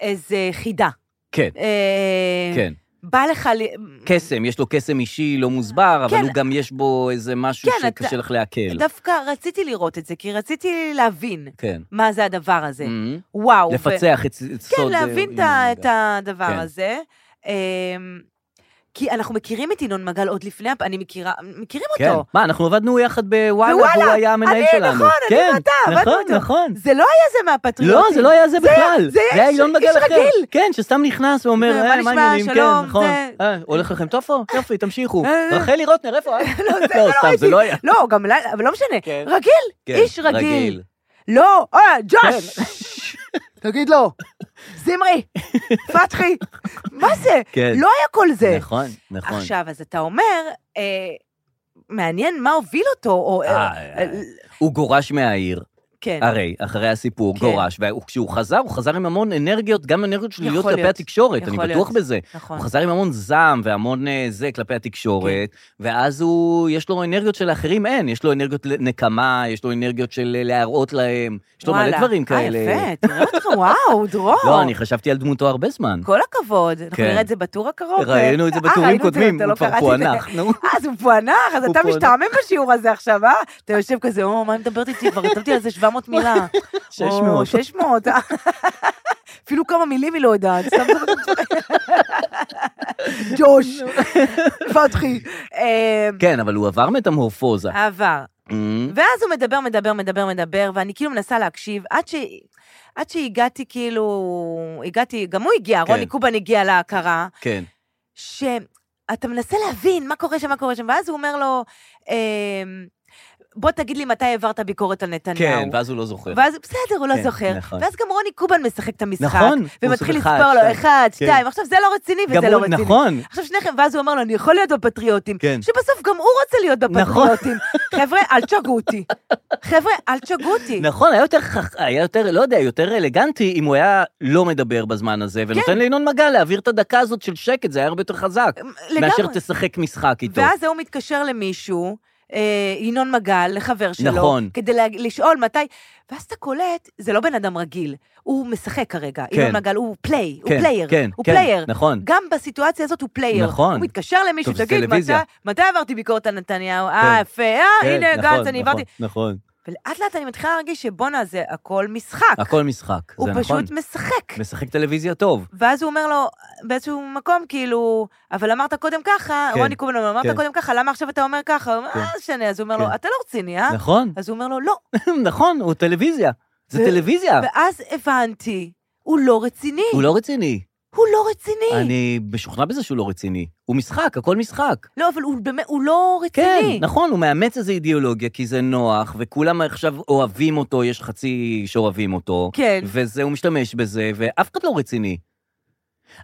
איזה חידה. כן, אה, כן. בא לך... ל- קסם, יש לו קסם אישי לא מוסבר, אבל כן. הוא גם יש בו איזה משהו כן, אתה- שקשה לך לעכל. דווקא רציתי לראות את זה, כי רציתי להבין כן. מה זה הדבר הזה. Mhm. וואו. ו- לפצח את את סוד... כן, אה, להבין את ינון ה- מגל. את הדבר כן. הזה. אמ, כי אנחנו מכירים את ינון מגל עוד לפני, הפ- אני מכירה, מכירים כן. אותו. מה, אנחנו עבדנו יחד בוואלה, ווואלה, והוא היה המנהל אני, שלנו. נכון, אני כן, ואתה, עבדנו נכון, איתו. נכון. זה לא היה זה מהפטריוטים. לא, זה לא היה זה בכלל. זה היה איש- ינון מגל איש אחר. רגיל. כן, שסתם נכנס ואומר, זה, "אה, מה מה נשמע, העניינים, כן, שלום, נכון. זה- אה, הולך לכם טוב פה? יופי, תמשיכו. אה, אה. רחלי רוטנר, איפה? את?" לא, זה לא, לא סתם, זה ראיתי. לא היה. לא, גם לי- אבל לא משנה. כן. רגיל, כן, איש רגיל. לא, אה, ג'וש! תגיד לו, זמרי, פתחי, מה זה? כן. לא היה כל זה. נכון, נכון. עכשיו, אז אתה אומר, אה, מעניין מה הוביל אותו, או... אה, אה, אה. הוא גורש מהעיר, כן. הרי, אחרי הסיפור, כן. גורש, וכשהוא חזר, הוא חזר עם המון אנרגיות, גם אנרגיות שליליות יכול כלפי להיות. התקשורת, אני יכול בטוח להיות. בזה. נכון. כן. הוא חזר עם המון זעם והמון אה, זה כלפי התקשורת, ואז הוא, יש לו אנרגיות שלאחרים אין, יש לו אנרגיות נקמה, יש לו אנרגיות של אה, להראות להם, יש לו מלא וואלה. דברים כאלה. אה, יפה, תראה אותך, וואו, דרור. לא, אני חשבתי על דמותו הרבה זמן. כל הכבוד, אנחנו כן. נראה את זה בטור הקרוב. ראינו את זה אה, בטורים ראינו את זה, קודמים, אתה לא הוא כבר קראת את פוענח, זה. נו. אה, אז הוא פוענח, אז הוא אתה פוענח. משתעמם בשיעור הזה עכשיו, אה? אתה יושב כזה, או, מה היא מדברת איתי? כבר כתבתי על זה 700 מילה. 600. או, 600. אה. אפילו כמה מילים היא לא יודעת, סתם זה- ג'וש, פתחי. אה, כן, אבל הוא עבר מטמורפוזה. עבר. אמ, ואז הוא מדבר, מדבר, מדבר, מדבר, ואני כאילו מנסה להקשיב, עד, ש... עד שהגעתי כאילו, הגעתי, גם הוא הגיע, כן. כן. רוני קובן הגיע להכרה, כן. שאתה מנסה להבין מה קורה שם, מה קורה שם, ואז הוא אומר לו, אמ, בוא תגיד לי מתי העברת ביקורת על נתניהו. כן, ואז הוא לא זוכר. ואז בסדר, הוא לא כן, זוכר. נכון. ואז גם רוני קובן משחק את המשחק. נכון, הוא ומתחיל עושה אחד, לספור לו, שתיים. אחד, כן. שתיים, עכשיו זה לא רציני גם וזה לא הוא- רציני. נכון. עכשיו שניכם, ואז הוא אמר לו, אני יכול להיות בפטריוטים. כן. שבסוף גם הוא רוצה להיות נכון. בפטריוטים. חבר'ה, אל תשגעו אותי. חבר'ה, אל תשגעו אותי. נכון, היה יותר, חכ- היה יותר, לא יודע, יותר אלגנטי אם הוא היה לא מדבר בזמן הזה, כן. ונותן לינון מגל להעביר את הדקה הזאת של שקט, זה היה הרבה יותר חזק. אמ, לגמרי. מאשר תשחק משחק איתו. ואז הוא מתקשר למישהו, אה, ינון מגל, לחבר שלו, נכון. כדי לה, לשאול מתי, ואז אתה קולט, זה לא בן אדם רגיל, הוא משחק כרגע, כן. ינון מגל הוא פליי, הוא כן, פלייר, כן, הוא כן, פלייר, נכון. גם בסיטואציה הזאת הוא פלייר, נכון. הוא מתקשר למישהו, טוב, זה תגיד, מתי, טלוויזיה." מתי עברתי ביקורת על נתניהו, אה, יפה, אה, כן, הנה נכון, גנץ, אני נכון, עברתי, נכון, ולאט לאט אני מתחילה להרגיש שבואנה, זה הכל משחק, הכל משחק, הוא זה נכון. פשוט משחק. משחק טלוויזיה טוב. ואז הוא אומר לו, באיזשהו מקום, כאילו, אבל אמרת קודם ככה, כן, רוני קומן אומר, אמרת כן. קודם קודם ככה, למה עכשיו אתה אומר ככה? הוא אומר, כן. אה, שנה. אז הוא אומר כן. לו, אתה לא רציני, אה? נכון, אז הוא אומר לו, לא. נכון, הוא טלוויזיה. זה ו- טלוויזיה. ואז הבנתי, הוא לא רציני. אה. הוא לא רציני. הוא לא רציני. אני משוכנע בזה שהוא לא רציני. הוא משחק, הכל משחק. לא, אבל הוא באמת, הוא לא כן, רציני. נכון, הוא מאמץ איזו אידיאולוגיה, כי זה נוח, וכולם עכשיו אוהבים אותו, יש חצי שאוהבים אותו. כן. וזה, הוא משתמש בזה, ואף אחד לא רציני.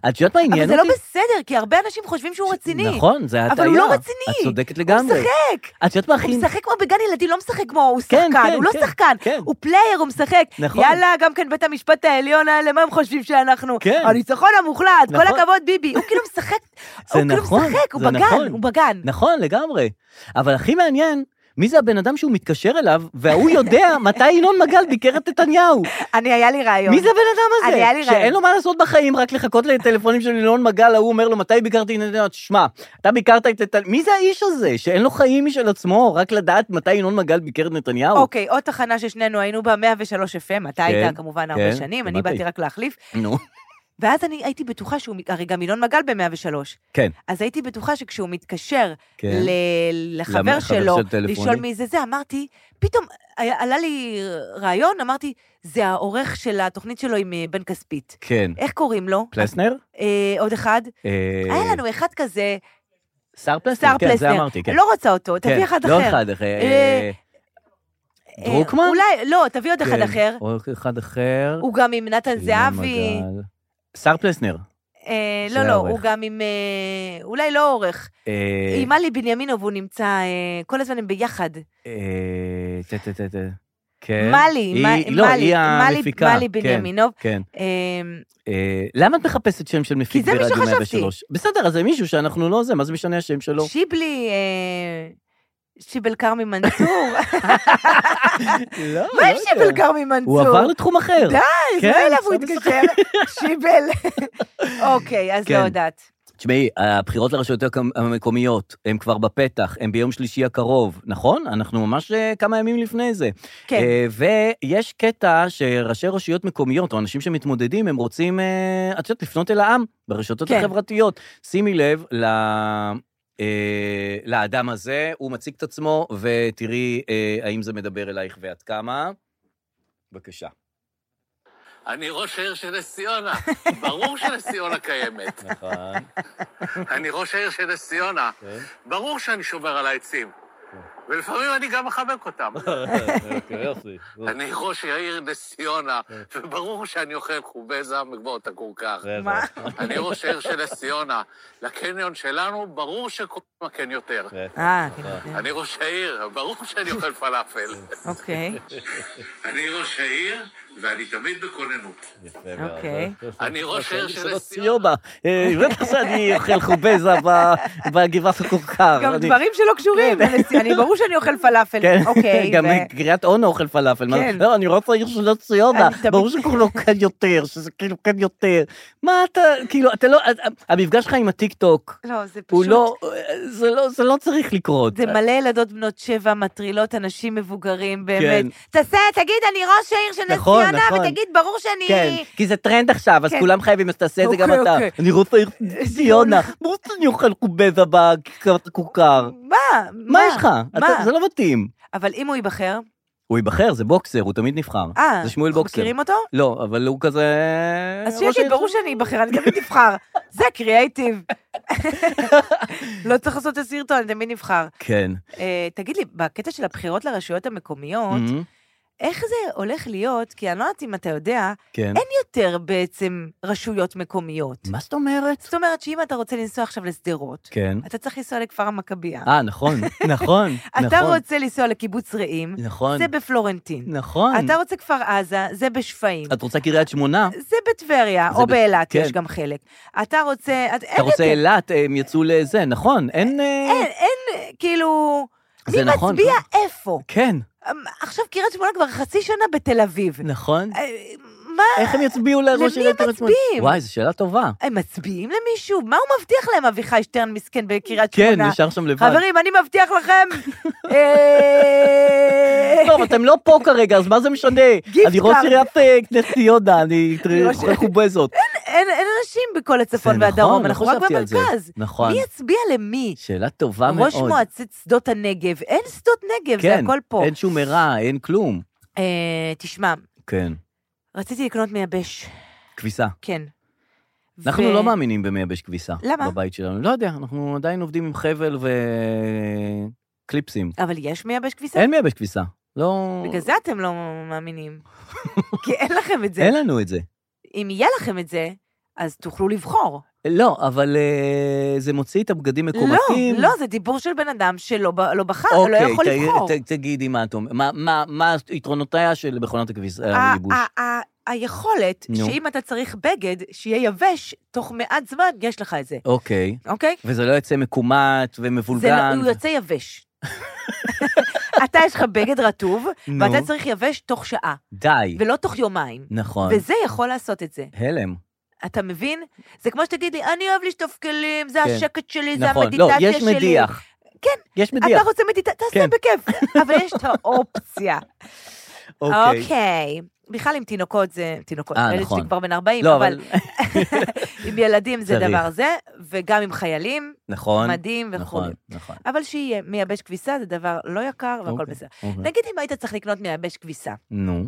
את יודעת מה עניין אבל אותי? זה לא בסדר, כי הרבה אנשים חושבים שהוא רציני. נכון, זה הטעיה. אבל הוא לא רציני. את צודקת הוא לגמרי. משחק. את יודעת מה הוא הכי... משחק כמו בגן ילדים, לא משחק כמו, הוא כן, שחקן, כן, הוא לא כן, שחקן, כן. הוא פלייר, הוא משחק. נכון. יאללה, גם כן בית המשפט העליון, האלה, מה הם חושבים שאנחנו? כן. הניצחון המוחלט, כל נכון. הכבוד ביבי. הוא כאילו משחק, זה הוא כאילו נכון, משחק, הוא זה בגן, נכון. הוא בגן. נכון, לגמרי. אבל הכי מעניין, מי זה הבן אדם שהוא מתקשר אליו, וההוא יודע מתי ינון מגל ביקר את נתניהו. אני, היה לי רעיון. מי זה הבן אדם הזה? אני, היה לי רעיון. שאין לו מה לעשות בחיים, רק לחכות לטלפונים של ינון מגל, ההוא אומר לו, מתי ביקרתי את נתניהו? תשמע, אתה ביקרת את נתניהו... מי זה האיש הזה, שאין לו חיים משל עצמו, רק לדעת מתי ינון מגל ביקר את נתניהו? אוקיי, עוד תחנה ששנינו היינו בה, 103 FM, אתה כן, היית כמובן הרבה כן, שנים, אני הבנתי. באתי רק להחליף, נו, ואז אני הייתי בטוחה שהוא, מת- הרי גם ינון מגל ב-103, כן. אז הייתי בטוחה שכשהוא מתקשר כן. ל- לחבר לחבר שלו, של טלפוני. לשאול מי זה זה, אמרתי, פתאום היה- עלה לי רעיון, אמרתי, זה העורך של התוכנית שלו עם אה, בן כספית. כן. איך קוראים לו? פלסנר? אה, עוד אחד. אה, היה לנו אחד כזה, שר פלסנר? שר כן, זה פלסנר. אמרתי, כן. לא רוצה אותו, תביא כן, אחד אחר. לא אחד אחר. אה, אה, דרוקמן? אולי, לא, תביא עוד אחד כן, אחר. או אחד אחר. הוא גם עם נתן ינון זהבי. מגל. שר פלסנר. אה, זה לא, לא, העורך. הוא גם עם... אה, אולי לא עורך. אה, עם עלי בנימינוב הוא נמצא, אה, כל הזמן הם ביחד. אה, ת- ת- ת- ת- כן. מלי, היא- מה- היא- לא, מלי, היא מלי- המפיקה. מלי כן, בנימינוב. כן. אה, אה, למה את מחפשת שם של כי מפיק זה מי ברדיו שחשבתי. 103? בסדר, אז זה מישהו שאנחנו לא זה, מה זה משנה השם שלו? שיבלי, אה, שיבל כרמי מנצור. לא, מה עם לא יודע. שיבל כרמי מנצור? הוא עבר לתחום אחר. די, כן, לא אליו הוא עכשיו התקשר. שיבל. אוקיי, אז לא כן. יודעת. תשמעי, הבחירות לרשויות המקומיות הן כבר בפתח, הן ביום שלישי הקרוב, נכון? אנחנו ממש אה, כמה ימים לפני זה. כן. אה, ויש קטע שראשי רשויות מקומיות, או אנשים שמתמודדים, הם רוצים, אה, את יודעת, לפנות אל העם ברשתות כן. החברתיות. שימי לב ל... אה, לאדם הזה, הוא מציג את עצמו, ותראי אה, האם זה מדבר אלייך ועד כמה. בבקשה. אני ראש העיר של נס ציונה. ברור שנס ציונה קיימת. נכון. אני ראש העיר של נס ציונה. כן. ברור שאני שומר על העצים. ולפעמים אני גם מחבק אותם. אוקיי, יופי. אני ראש העיר נס ציונה, וברור שאני אוכל חובזה מגבעות הכורכר. אה, מה? אני ראש העיר של נס ציונה. לקניון שלנו, ברור שקוראים מקן יותר. אה, כן, כן. אני ראש העיר, ברור שאני אוכל פלאפל. אוקיי, אני ראש העיר, ואני תמיד בכוננות. אוקיי. אני ראש העיר של נס ציונה. סיובה, אה, בטח שאני אוכל חובזה ב- בגבעת הכורכר. גם אני- דברים שלא קשורים. לנס- אני ברור שאני אוכל פלאפל, לא כן, אוקיי. גם ו- קריית אונו אוכל פלאפל. מה- כן. לא, אני רוצה העיר של נס ציונה, אני תמיד- ברור שקוראים לו כאן יותר, שזה כאילו כאן יותר. מה אתה, כאילו, אתה לא, המפגש שלך עם הטיקטוק, לא, זה הוא פשוט... לא, זה לא, זה לא צריך לקרות. זה מלא ילדות בנות שבע מטרילות אנשים מבוגרים, באמת. תעשה, תגיד, אני ראש העיר של נס כן. נכון, ציונה, נכון. ותגיד, ברור שאני... כן, כי זה טרנד עכשיו, אז כן. כולם חייבים, אז תעשה את זה גם אוקיי, אתה. אוקיי. אני רוצה העיר ציונה, ברור שאני אוכל חובזה בגבעת הכורכר. מה? מה יש לך? מה? אתה- זה לא מתאים. אבל אם הוא ייבחר... הוא ייבחר, זה בוקסר, הוא תמיד נבחר. אה, זה שמואל בוקסר. מכירים אותו? לא, אבל הוא כזה... אז ראש שיגיד, העיר ברור של- שאני אבחר, אני תמיד נבחר. זה הקריאייטיב. לא צריך לעשות את הסרטון, אני תמיד נבחר. כן. אה, תגיד לי, בקטע של הבחירות לרשויות המקומיות, מהמם, איך זה הולך להיות? כי אני לא יודעת אם אתה יודע, כן. אין יותר בעצם רשויות מקומיות. מה זאת אומרת? זאת אומרת שאם אתה רוצה לנסוע עכשיו לשדרות, כן. אתה צריך לנסוע לכפר המכבייה. אה, נכון, נכון, אתה נכון. רוצה לנסוע לקיבוץ רעים, נכון, זה בפלורנטין. נכון. אתה רוצה כפר עזה, זה בשפיים. את רוצה קריית שמונה? זה בטבריה, זה או ב- באילת, כן. יש גם חלק. אתה רוצה... אתה אתה רוצה אילת, אה, הם יצאו לזה, נכון, אין... אה, אין, אין, כאילו... זה מי נכון. מצביע איפה? כן, אמ, עכשיו קריית שמונה כבר חצי שנה בתל אביב. נכון. אה, מה? איך הם יצביעו לראש למי עיריית הם קריית שמונה? מצביעים? וואי, זו שאלה טובה. הם מצביעים למישהו? מה הוא מבטיח להם, אביחי שטרן מסכן בקריית כן, שמונה? נשאר שם לבד. חברים, אני מבטיח לכם... אה, טוב, אתם לא פה כרגע, אז מה זה משנה? גיפט אני ראש קארד. עיריית אה, נס ציונה, אני אני ראש- אוכל חובזות. אין אין אנשים בכל הצפון זה נכון, והדרום, אנחנו לא רק חשבתי על זה. במרכז. נכון. מי יצביע למי? שאלה טובה מאוד. ראש מועצת שדות הנגב, אין שדות נגב, זה כן, הכל פה. אין שום מרע, אין כלום. אה, תשמע, כן, רציתי לקנות מייבש, כביסה. כן. אנחנו ו- לא מאמינים במייבש כביסה. למה? בבית שלנו. לא יודע, אנחנו עדיין עובדים עם חבל וקליפסים. אבל יש מייבש כביסה? אין מייבש כביסה. לא... בגלל זה אתם לא מאמינים. כי אין לכם את זה. אין לנו את זה. אם יהיה לכם את זה, אז תוכלו לבחור. לא, אבל אה, זה מוציא את הבגדים לא, מקומטים. לא, זה דיבור של בן אדם שלא ב- לא בחר, לא אוקיי, יכול ת- לבחור. ת- תגידי מה את אומרת. מה- מה- מה יתרונותיה של מכונת הכביס- אה, הייבוש? ה- ה- ה- היכולת נו. שאם אתה צריך בגד, שיהיה יבש, תוך מעט זמן יש לך את זה, אוקיי. אוקיי? וזה לא יצא מקומט זה לא- ומבולגן. הוא יוצא יבש. אתה, יש לך בגד רטוב, נו. ואתה צריך יבש תוך שעה, די. ולא תוך יומיים. נכון. וזה יכול לעשות את זה. הלם. אתה מבין? זה כמו שתגיד לי, אני אוהב לשטוף כלים, זה כן. השקט שלי, זה נכון. המדיטציה שלי. לא, יש מדיח. כן. יש מדיח. אתה רוצה מדיטציה, תעשה כן. בכיף. אבל יש את האופציה. אוקיי. בכלל עם תינוקות זה, תינוקות, אה, הילד נכון. שלי כבר בן 40, לא, אבל אבל... עם ילדים זה צריך. דבר זה, וגם עם חיילים, נכון. מדים וכו'. נכון, נכון. אבל שיהיה, מייבש כביסה זה דבר לא יקר והכל אוקיי, בסדר. אוקיי. נגיד אם היית צריך לקנות מייבש כביסה, נו.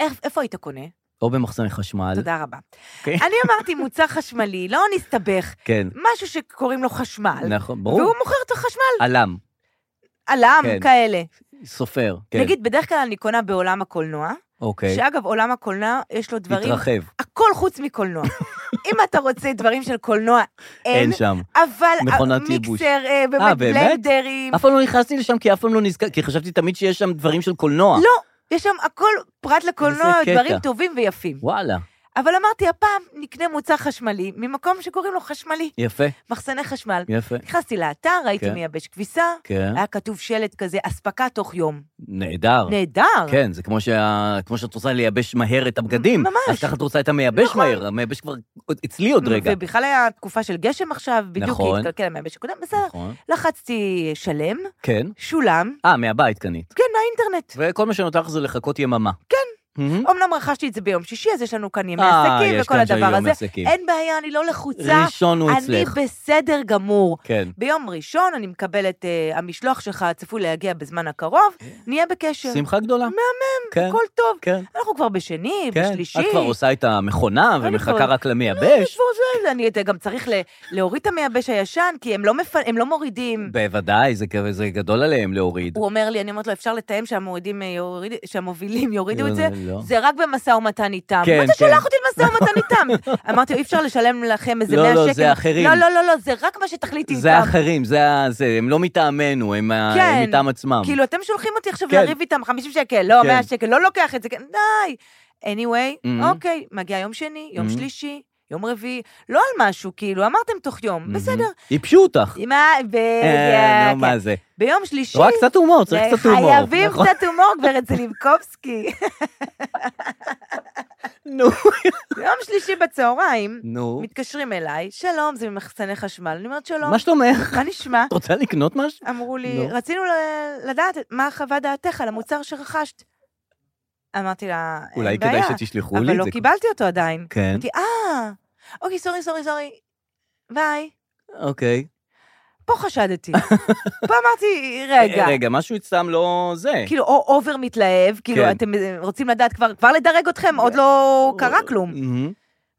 איך- איפה היית קונה? או במחסני חשמל. תודה רבה. אוקיי. אני אמרתי מוצר חשמלי, לא נסתבך, כן. משהו שקוראים לו חשמל. נכון, והוא ברור. מוכר את החשמל, עלם, עלם כן. כאלה. סופר. כן. נגיד, בדרך כלל אני קונה בעולם הקולנוע, אוקיי. שאגב, עולם הקולנוע, יש לו דברים, מתרחב. הכל חוץ מקולנוע. אם אתה רוצה דברים של קולנוע, אין, אין שם. אבל מכונת ייבוש. מיקסר, אה, אה, באמת באמת? בלנדרים. אף פעם לא נכנסתי לשם, כי אף פעם לא נזכר, כי חשבתי תמיד שיש שם דברים של קולנוע. לא, יש שם הכל פרט לקולנוע, איזה קטע. דברים טובים ויפים. וואלה, אבל אמרתי, הפעם נקנה מוצר חשמלי ממקום שקוראים לו חשמלי, יפה, מחסני חשמל. יפה. נכנסתי לאתר, ראיתי כן. מייבש כביסה, כן, היה כתוב שלט כזה, אספקה תוך יום. נהדר. אה, נהדר. כן, זה כמו שה- כמו שאת רוצה לייבש מהר את הבגדים. ממש. אז ככה את רוצה את המייבש נכון. מהר, המייבש כבר עוד- אצלי עוד רגע. ובכלל היה תקופה של גשם עכשיו, בדיוק נכון. כי התקלקל המייבש הקודם, בסדר. נכון. לחצתי שלם, כן. שולם, אה, מהבית קנית. כן, מהאינטרנט. וכל מה שנותר לך זה לחכות יממה. כן. אמנם רכשתי את זה ביום שישי, אז יש לנו כאן ימי אה, עסקים יש וכל כאן של הדבר יום הזה. עסקים. אין בעיה, אני לא לחוצה. ראשון הוא אני אצלך. בסדר גמור. כן. ביום ראשון אני מקבלת, אה, המשלוח שלך צפוי להגיע בזמן הקרוב, נהיה בקשר. שמחה גדולה. מהמם, כן. הכל טוב. כן. אנחנו כבר בשני, כן, בשלישי. את כבר עושה את המכונה אני ומחכה כבר- רק לא, למייבש. עזבו, זה- אני אתה גם צריך ל- להוריד את המייבש הישן, כי הם לא מפ- הם לא מורידים. בוודאי, זה כ- זה גדול עליהם להוריד. הוא אומר לי, אני אומרת לו, אפשר לתאם שהמורידים, אה, יוריד- שהמובילים יורידו את זה? לא. זה רק במשא ומתן איתם. כן, מה אתה כן. שולח אותי למשא ומתן איתם? אמרתי לו, אי אפשר לשלם לכם איזה לא, 100 שקל. לא, זה אחרים. לא, לא, לא, לא, זה רק מה שתחליטי איתם. זה אחרים, זה ה- זה, הם לא מטעמנו, הם ה- כן. הם מטעם עצמם. כאילו, אתם שולחים אותי עכשיו כן. לריב איתם 50 שקל, לא, כן. 100 שקל, לא לוקח את זה, כן, די. anyway, Mhm. אוקיי, מגיע יום שני, יום Mhm. שלישי, יום רביעי, לא על משהו, כאילו, אמרתם תוך יום, בסדר. ייבשו אותך. עם ה- ב- Mm-hmm. אה, כן. נו, מה זה? ביום שלישי... רק קצת הומור, צריך קצת הומור. חייבים נכון? קצת הומור, גברת זלימקובסקי. נו. ביום שלישי בצהריים, נו. מתקשרים אליי, שלום, זה ממחסני חשמל. אני אומרת, שלום, מה שלומך? מה נשמע? את רוצה לקנות משהו? אמרו לי, נו. רצינו ל- לדעת מה חוות דעתך על המוצר שרכשת. אמרתי לה, אין אולי בעיה, כדאי שתשלחו לי את זה. אבל לא קיבלתי אותו עדיין. כן, אמרתי, אה, אוקיי, סורי, סורי, סורי, ביי. אוקיי. פה חשדתי. פה אמרתי, רגע. אה, רגע, משהו אצלם לא זה. כאילו, או אובר מתלהב, כאילו, כן. אה, אתם אה, רוצים לדעת כבר, כבר לדרג אתכם, עוד לא קרה כלום. מהמם,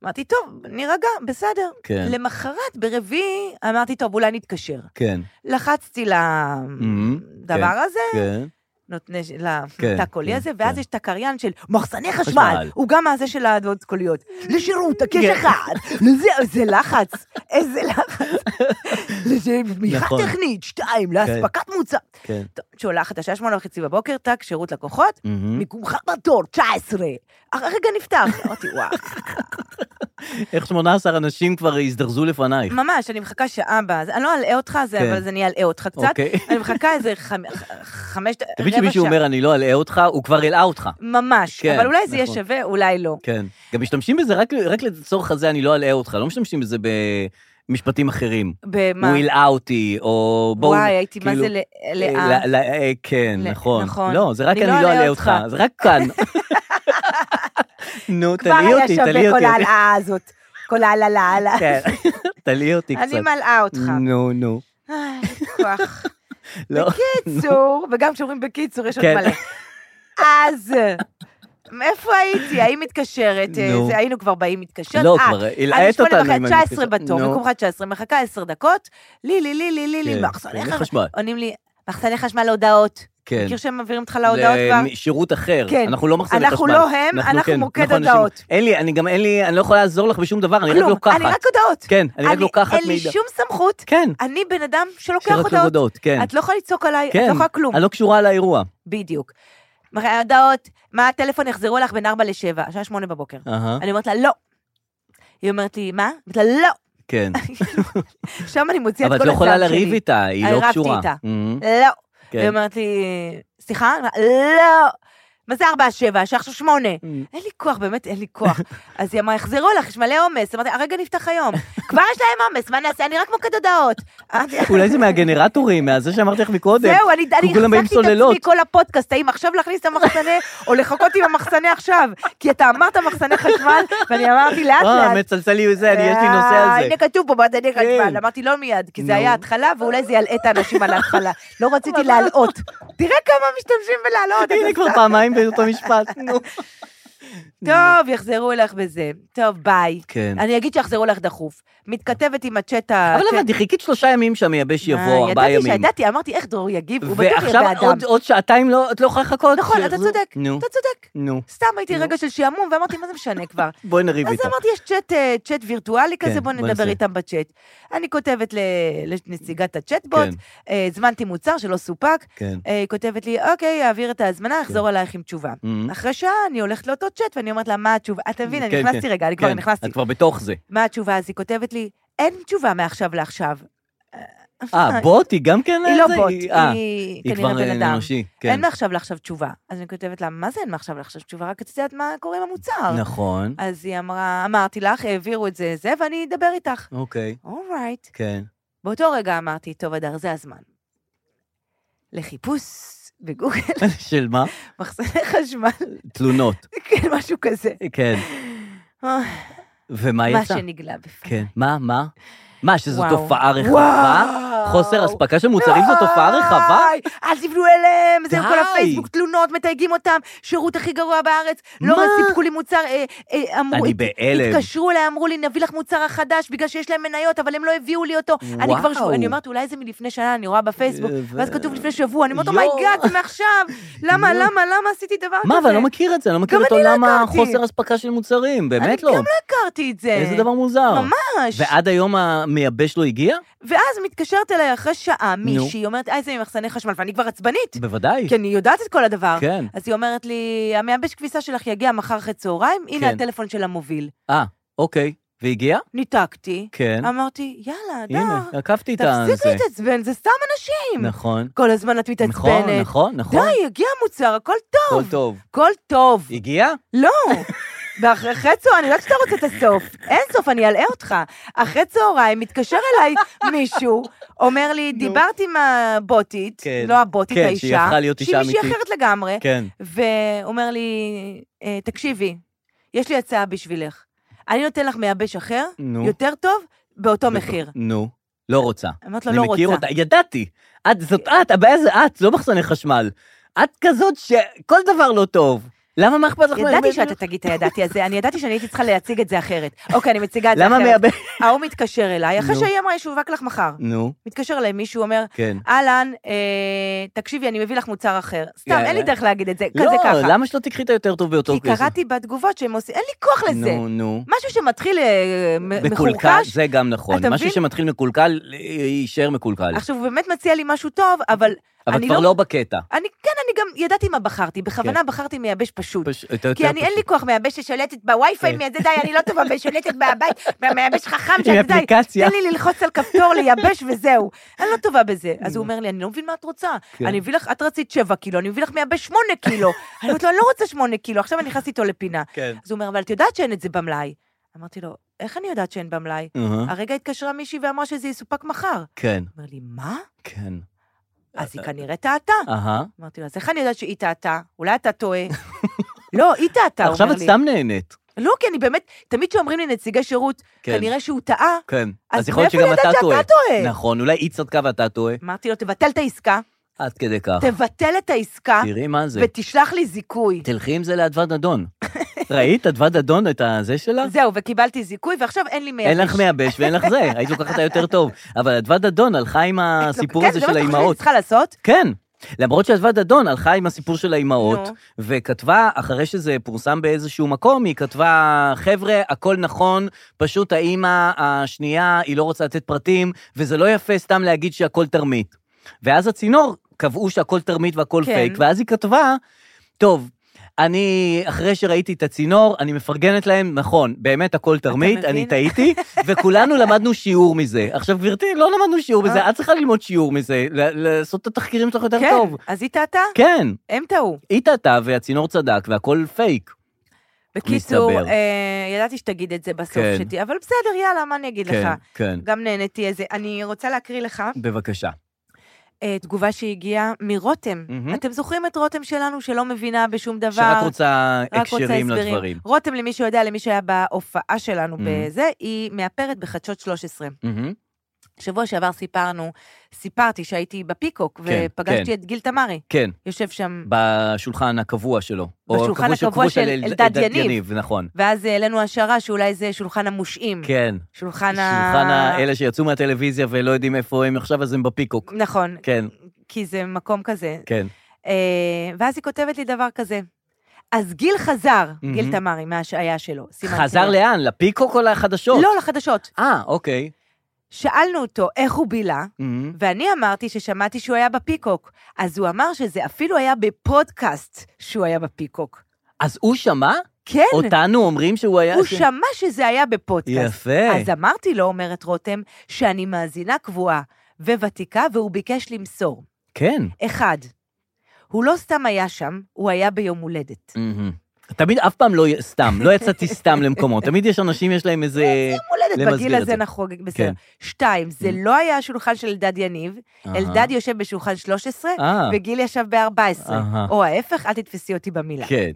אמרתי, טוב, נירגע, בסדר. כן. למחרת, ברביעי, אמרתי, טוב, אולי נתקשר. כן, לחצתי מהמם, לדבר הזה, Mm-hmm. כן. נותני, ש- כן, לתא קולי כן, הזה, ואז כן. יש את הקריין של מחסני חשמל. כן. חשמל, הוא גם הזה של הדעות קוליות. לשירות, הקש אחד, לזה, איזה לחץ, איזה לחץ. לזה מיכה נכון. טכנית, שתיים, לאספקת מוצר. כן. טוב, שולחת, השעה שמונה וחצי בבוקר, טאק, שירות לקוחות, מהמם. מיקומך בתור, 19. הרגע נפתח. אמרתי, וואו. אה. איך 18 אנשים כבר הזדרזו לפנייך. ממש, אני מחכה שעה בה, אז אני לא אלאה אותך, זה- כן. אבל אז אני אלאה אותך קצת. אוקיי. אני מחכה איזה חמ- ח- חמש, רבע שעה. תמיד כשמישהו אומר, אני לא אלאה אותך, הוא כבר אלאה אותך. ממש, כן, אבל אולי זה יהיה נכון. שווה, אולי לא. כן. גם משתמשים בזה רק, רק לצורך הזה, אני לא אלאה אותך. לא משתמשים בזה במשפטים אחרים. במה? הוא הלאה אותי, או בואו... וואי, הייתי, מה זה ל- לאה? ל- ל- אה, כן, ל- נכון. נכון. לא, זה רק אני אני לא לא אלאה אלאה אותך. אותך, זה רק כאן. נו, כבר תליאי היה אותי, תליאי שווה אותי. כל ההעלאה הזאת. כל ההעלאה. כן, תליאי אותי קצת. אני מלאה אותך. נו, נו. איי, כוח. לא. בקיצור, וגם כשאומרים בקיצור, יש עוד כן. מלא. אז, איפה הייתי? האם מתקשרת? אה, נו. זה- היינו כבר באים מתקשרת? לא, אה, כבר, אני הלעט שמונה אותנו. וחצי, עם 19 המתקשרת. בתור, נו, במקומך 19, מחכה 10 דקות, לי, לי, לי, לי, לי, לי, כן, מחסני כן, חשמל. חשמל. עונים לי, מחסני חשמל להודעות. כן. מכיר שהם מעבירים אותך להודעות כבר? לשירות אחר. כן. אנחנו לא מחזירים אנחנו לא הם, אנחנו מוקד הודעות. כן, אין לי, אני גם אין לי, אני לא יכול לעזור לך בשום דבר, אני רק כלום, לוקחת. אני רק הודעות. כן, אני רק אני- לוקחת אין לי מידע. שום סמכות, כן, אני בן אדם שלוקח שרק הודעות. הודעות, כן. את לא יכולה לצעוק עליי, את כן. לא יכולה כלום. אני לא קשורה לאירוע. בדיוק. מראה הודעות, מה הטלפון יחזרו לך בין 4 ל-7, השעה 8 בבוקר. אהה, אני אומרת לה, לא. היא אומרת לי, מה? אמרתי לה, לא. כן. שם אני מוציאה את אבל כל את לא הזעם שלי. יכולה לריב איתה, היא אני לא רבתי קשורה. איתה. מהמם, לא. כן. היא אומרת לי, סליחה? אני אומרת, לא. מה זה 4 7? השעה עכשיו 8. Mm. אין לי כוח, באמת אין לי כוח. אז היא אמרה, יחזרו לך, יש מלא עומס. אמרתי, הרגע נפתח היום. כבר יש להם עומס, מה נעשה? אני רק מוקד הודעות. אמרתי, אולי זה מהגנרטורים, מהזה שאמרתי לך מקודם. זהו, אני אני כולם באים החזקתי את סוללות. עצמי כל הפודקאסט, האם עכשיו להכניס את המחסנה, או לחכות עם המחסנה עכשיו? כי אתה אמרת מחסנה חשמל, ואני אמרתי לאט אה, לאט. מצלצל לי זה, אני- יש לי נושא על זה. אה, הנה כתוב פה מדעני חשמל, כן. אמרתי לא מיד, כי זה נו. היה התחלה, ואולי זה ילאה את האנשים על ההתחלה. לא רציתי להלאות. תראה כמה משתמשים בלהלאות. הנה אתה כבר סתם. פעמיים באותו משפט, נו. אה, טוב, יחזרו אליך בזה. טוב, ביי. כן. אני אגיד שיחזרו לך דחוף. מתכתבת עם הצ'אט ה... אבל הבנתי, חיכית שלושה ימים שהמייבש יבוא, ארבעה ימים. כן. אה, ידעתי שידעתי, אמרתי, איך דרור יגיב, הוא בטוח יהיה ועכשיו באדם. עוד- עוד שעתיים לא- את לא יכולה לחכות. נכון, אתה שיחזור. צודק, נו, אתה צודק. נו, סתם הייתי רגע של שעמום, ואמרתי, מה זה משנה כבר? בואי נריב אז איתה. אמרתי, יש צ'אט, אה, צ'אט וירטואלי כן, כזה, בואו בוא נדבר נעשה. איתם בצ'אט. אני כותבת ל- לנציגת הצ'אטבוט, אה, הזמנתי מוצר שלא סופק, כן. אה, היא כותבת לי, אוקיי, אעביר את ההזמנה, אחזור אלייך עם תשובה. Mhm. אחרי שעה אני הולכת לאותו צ'אט ואני אומרת לה, מה התשובה? אתה מבין, אני כן, נכנסתי כן. רגע, אני כבר כן, נכנסתי. את כבר בתוך זה. מה התשובה? אז היא כותבת לי, אין תשובה מעכשיו לעכשיו. אה, בוט היא גם כן? היא לא זה? בוט, אה, היא היא כנראה כבר בן אה, אדם. אנושי. כן. אין מעכשיו לעכשיו תשובה. אז אני כותבת לה, מה זה אין מעכשיו לעכשיו תשובה? רק רציתי לדעת מה קורה עם המוצר. נכון, אז היא אמרה, אמרתי לך, העבירו את זה, זה, ואני אדבר איתך. אוקיי, אורייט. כן. באותו רגע אמרתי, טוב, אדר, זה הזמן. לחיפוש בגוגל, של מה? מחסני חשמל, תלונות. כן, משהו כזה. כן. אה, ומה מה יצא? שנגלה בפנים. כן. מה, מה? מה, שזו וואו. תופעה רחבה? וואו. חוסר אספקה של מוצרים זו תופעה רחבה? די, אל תבנו אליהם, זהו כל די. הפייסבוק, תלונות, מתייגים אותם, שירות הכי גרוע בארץ, לא מה? סיפקו לי מוצר, אה, אה, אמרו, אני הת- בהלם. התקשרו אליי, אמרו לי, נביא לך מוצר החדש, בגלל שיש להם מניות, אבל הם לא הביאו לי אותו. אני וואו. כבר, שבוע- אני אומרת, אולי זה מלפני שנה, אני רואה בפייסבוק, אה, ו- ואז כתוב לפני שבוע, אני אומרת, יואו. אומייגאד, זה מעכשיו, למה, יואו. למה, למה עשיתי דבר כזה? מה, אבל אני לא מכיר את זה, אני לא מכיר גם את אני לא עולם הכרתי. החוסר אספקה של מוצרים, באמת לא. אני גם לא הכרתי את זה. איזה דבר מוזר. ממש. ועד היום המייבש לא הגיע? ואז מתקשרת אליי אחרי שעה מישהי, אומרת, אה, זה ממחסני חשמל, ואני כבר עצבנית. בוודאי. כי אני יודעת את כל הדבר. כן. אז היא אומרת לי, המייבש כביסה שלך יגיע מחר אחרי צהריים, הנה כן. הטלפון של המוביל. אה, אוקיי. והגיע? ניתקתי, כן. אמרתי, יאללה, הנה, דר, עקבתי את ה... תפסיק זה. להתעצבן, לא. זה סתם אנשים. נכון. כל הזמן את מתעצבנת. נכון, נכון, נכון. די, הגיע המוצר, הכל טוב. הכל טוב. הכל טוב. הגיע? לא. ואחרי אחרי צהריים, אני יודעת שאתה רוצה את הסוף. אין סוף, אני אלאה אותך. אחרי צהריים מתקשר אליי מישהו, אומר לי, דיברת עם הבוטית, כן. לא הבוטית, כן, האישה. שהיא הפכה להיות אישה שהיא מישהי אמיתית. אחרת לגמרי. כן. ואומר לי, "אה, תקשיבי, יש לי הצעה בשבילך. אני נותן לך מייבש אחר, נו. יותר טוב, באותו מחיר. נו. לא רוצה. אמרתי לו, לא אני מכיר רוצה. אותה, ידעתי. את, זאת את, הבעיה זה את, לא מחסני חשמל. את כזאת שכל דבר לא טוב. למה מה אכפת לך? ידעתי שאתה לא תגיד את הידעתי הזה, אני ידעתי שאני הייתי צריכה להציג את זה אחרת. אוקיי, אני מציגה את זה למה אחרת. מייבש? ההוא מתקשר אליי, אחרי נו. שהיא אמרה ישווק לך מחר. נו, מתקשר אליי מישהו, אומר, כן. אהלן, אה, תקשיבי, אני מביא לך מוצר אחר. סתם, יאללה. אין לי דרך להגיד את זה, לא, כזה ככה. למה שלא תקחי את היותר טוב ביותר כי קראתי בתגובות שהם עושים, אין לי כוח לזה. נו, נו. משהו שמתחיל אה, מ- מקולקל, מחורקש, זה גם נכון. אתה משהו מבין? שמתחיל מקולקל, אה, יישאר מקולקל. עכשיו, הוא באמת מציע לי משהו טוב, אבל אבל אני כבר לא... לא בקטע. אני, כן, אני גם ידעתי מה בחרתי, בכוונה בחרתי מייבש פשוט. פש- אתה יותר כן. כי אני, אין לי כוח מייבש ששולטת בווי-פיי, מזה די, אני לא טובה בשולטת מהבית, מהמייבש חכם, עם שאתה די, אפליקציה. תן לי ללחוץ על כפתור, לייבש וזהו. אני לא טובה בזה. אז כן. הוא אומר לי, אני לא מבין מה את רוצה. אני מביא לך, את רצית 7 קילו, אני מביא לך מייבש 8 קילו. אני אומרת לו, אני לא רוצה 8 קילו, עכשיו אני נכנסת איתו לפינה. כן. אז הוא אומר, אבל את יודעת שאין את זה במלאי. אמרתי לו, איך אני יודעת שאין במלאי? אהה, הרגע התקשרה מישהי ואמרה שזה יסופק מחר. כן, הוא אומר לי, מה? כן. אז אה, היא כנראה טעתה. אהה. אמרתי לו, אז איך אני יודעת שהיא טעתה? אולי אתה טועה. לא, היא טעתה, הוא עכשיו אומר את לי. סתם נהנית. לא, כי אני באמת, תמיד כשאומרים לי נציגי שירות, כן. כנראה שהוא טעה, כן. אז אז יכול להיות מאיפה שגם אני אתה יודעת טועה. שאתה טועה? נכון, אולי היא צדקה ואתה טועה. אמרתי לו, תבטל את העסקה, עד כדי כך. תבטל את העסקה, אה. תראי מה זה. ותשלח לי זיכוי. תלכי עם זה לאדוות דדון. ראית אדוות דדון את הזה שלה? זהו, וקיבלתי זיכוי, ועכשיו אין לי מייבש. אין לך מייבש ואין לך זה, היית לוקחת היותר טוב. אבל אדוות דדון הלכה עם הסיפור הזה כן, של זה מה שאתה חושב שאני האימהות. צריכה לעשות? כן. למרות שאדוות דדון הלכה עם הסיפור של האימהות, נו. וכתבה, אחרי שזה פורסם באיזשהו מקום, היא כתבה, חבר'ה, הכל נכון, פשוט האימא השנייה, היא לא רוצה לתת פרטים, וזה לא יפה סתם להגיד שהכל תרמית. ואז הצינור, קבעו שהכל תרמית והכל כן. פייק, ואז היא כתבה, טוב, אני, אחרי שראיתי את הצינור, אני מפרגנת להם, נכון, באמת הכל תרמית, אני מבין? טעיתי, וכולנו למדנו שיעור מזה. עכשיו, גברתי, לא למדנו שיעור מזה, אה. את צריכה ללמוד שיעור מזה, ל- לעשות את התחקירים שלך יותר כן, טוב. אז היא טעתה? כן, הם טעו. היא טעתה והצינור צדק והכל פייק. בקיצור, מסתבר. אה, ידעתי שתגיד את זה בסוף כן. שתהיה, אבל בסדר, יאללה, מה אני אגיד לך? כן, כן. גם נהניתי איזה. אני רוצה להקריא לך בבקשה. אה, תגובה שהגיעה מרותם. מהמם. אתם זוכרים את רותם שלנו, שלא מבינה בשום דבר? שרק רוצה רק רוצה הקשרים הסברים. לדברים. רותם, למי שיודע, למי שהיה בהופעה שלנו Mhm. בזה, היא מאפרת בחדשות 13. מהמם. שבוע שעבר סיפרנו, סיפרתי שהייתי בפיקוק, כן, ופגשתי כן. את גיל תמרי, כן, יושב שם, בשולחן הקבוע שלו. או בשולחן הקבוע שקבוע של אלדד יניב. נכון. ואז העלינו השערה שאולי זה שולחן המושעים. כן. שולחן ה... שולחן האלה שיצאו מהטלוויזיה ולא יודעים איפה הם עכשיו, אז הם בפיקוק. נכון, כן, כי זה מקום כזה. כן. אה, ואז היא כותבת לי דבר כזה. אז גיל חזר, Mhm. גיל תמרי, מההשעיה שלו. סימן חזר קריאה. לאן? לפיקוק או לחדשות? לא, לחדשות. אה, אוקיי. שאלנו אותו איך הוא בילה, מהמם. ואני אמרתי ששמעתי שהוא היה בפיקוק. אז הוא אמר שזה אפילו היה בפודקאסט שהוא היה בפיקוק. אז הוא שמע? כן, אותנו אומרים שהוא היה... הוא שמע שזה היה בפודקאסט. יפה. אז אמרתי לו, אומרת רותם, שאני מאזינה קבועה וותיקה, והוא ביקש למסור. כן. אחד, הוא לא סתם היה שם, הוא היה ביום הולדת. מהמם. תמיד אף פעם לא, י- סתם, לא יצאתי סתם למקומות. תמיד יש אנשים, יש להם איזה... יום הולדת למסגר בגיל את הזה נכון. זה. נחוג, בסדר. כן. שתיים, זה Mm. לא היה השולחן של אלדד יניב, אהה. אלדד יושב בשולחן 13, אה, וגיל ישב ב-14. אהה. או ההפך, אל תתפסי אותי במילה. כן.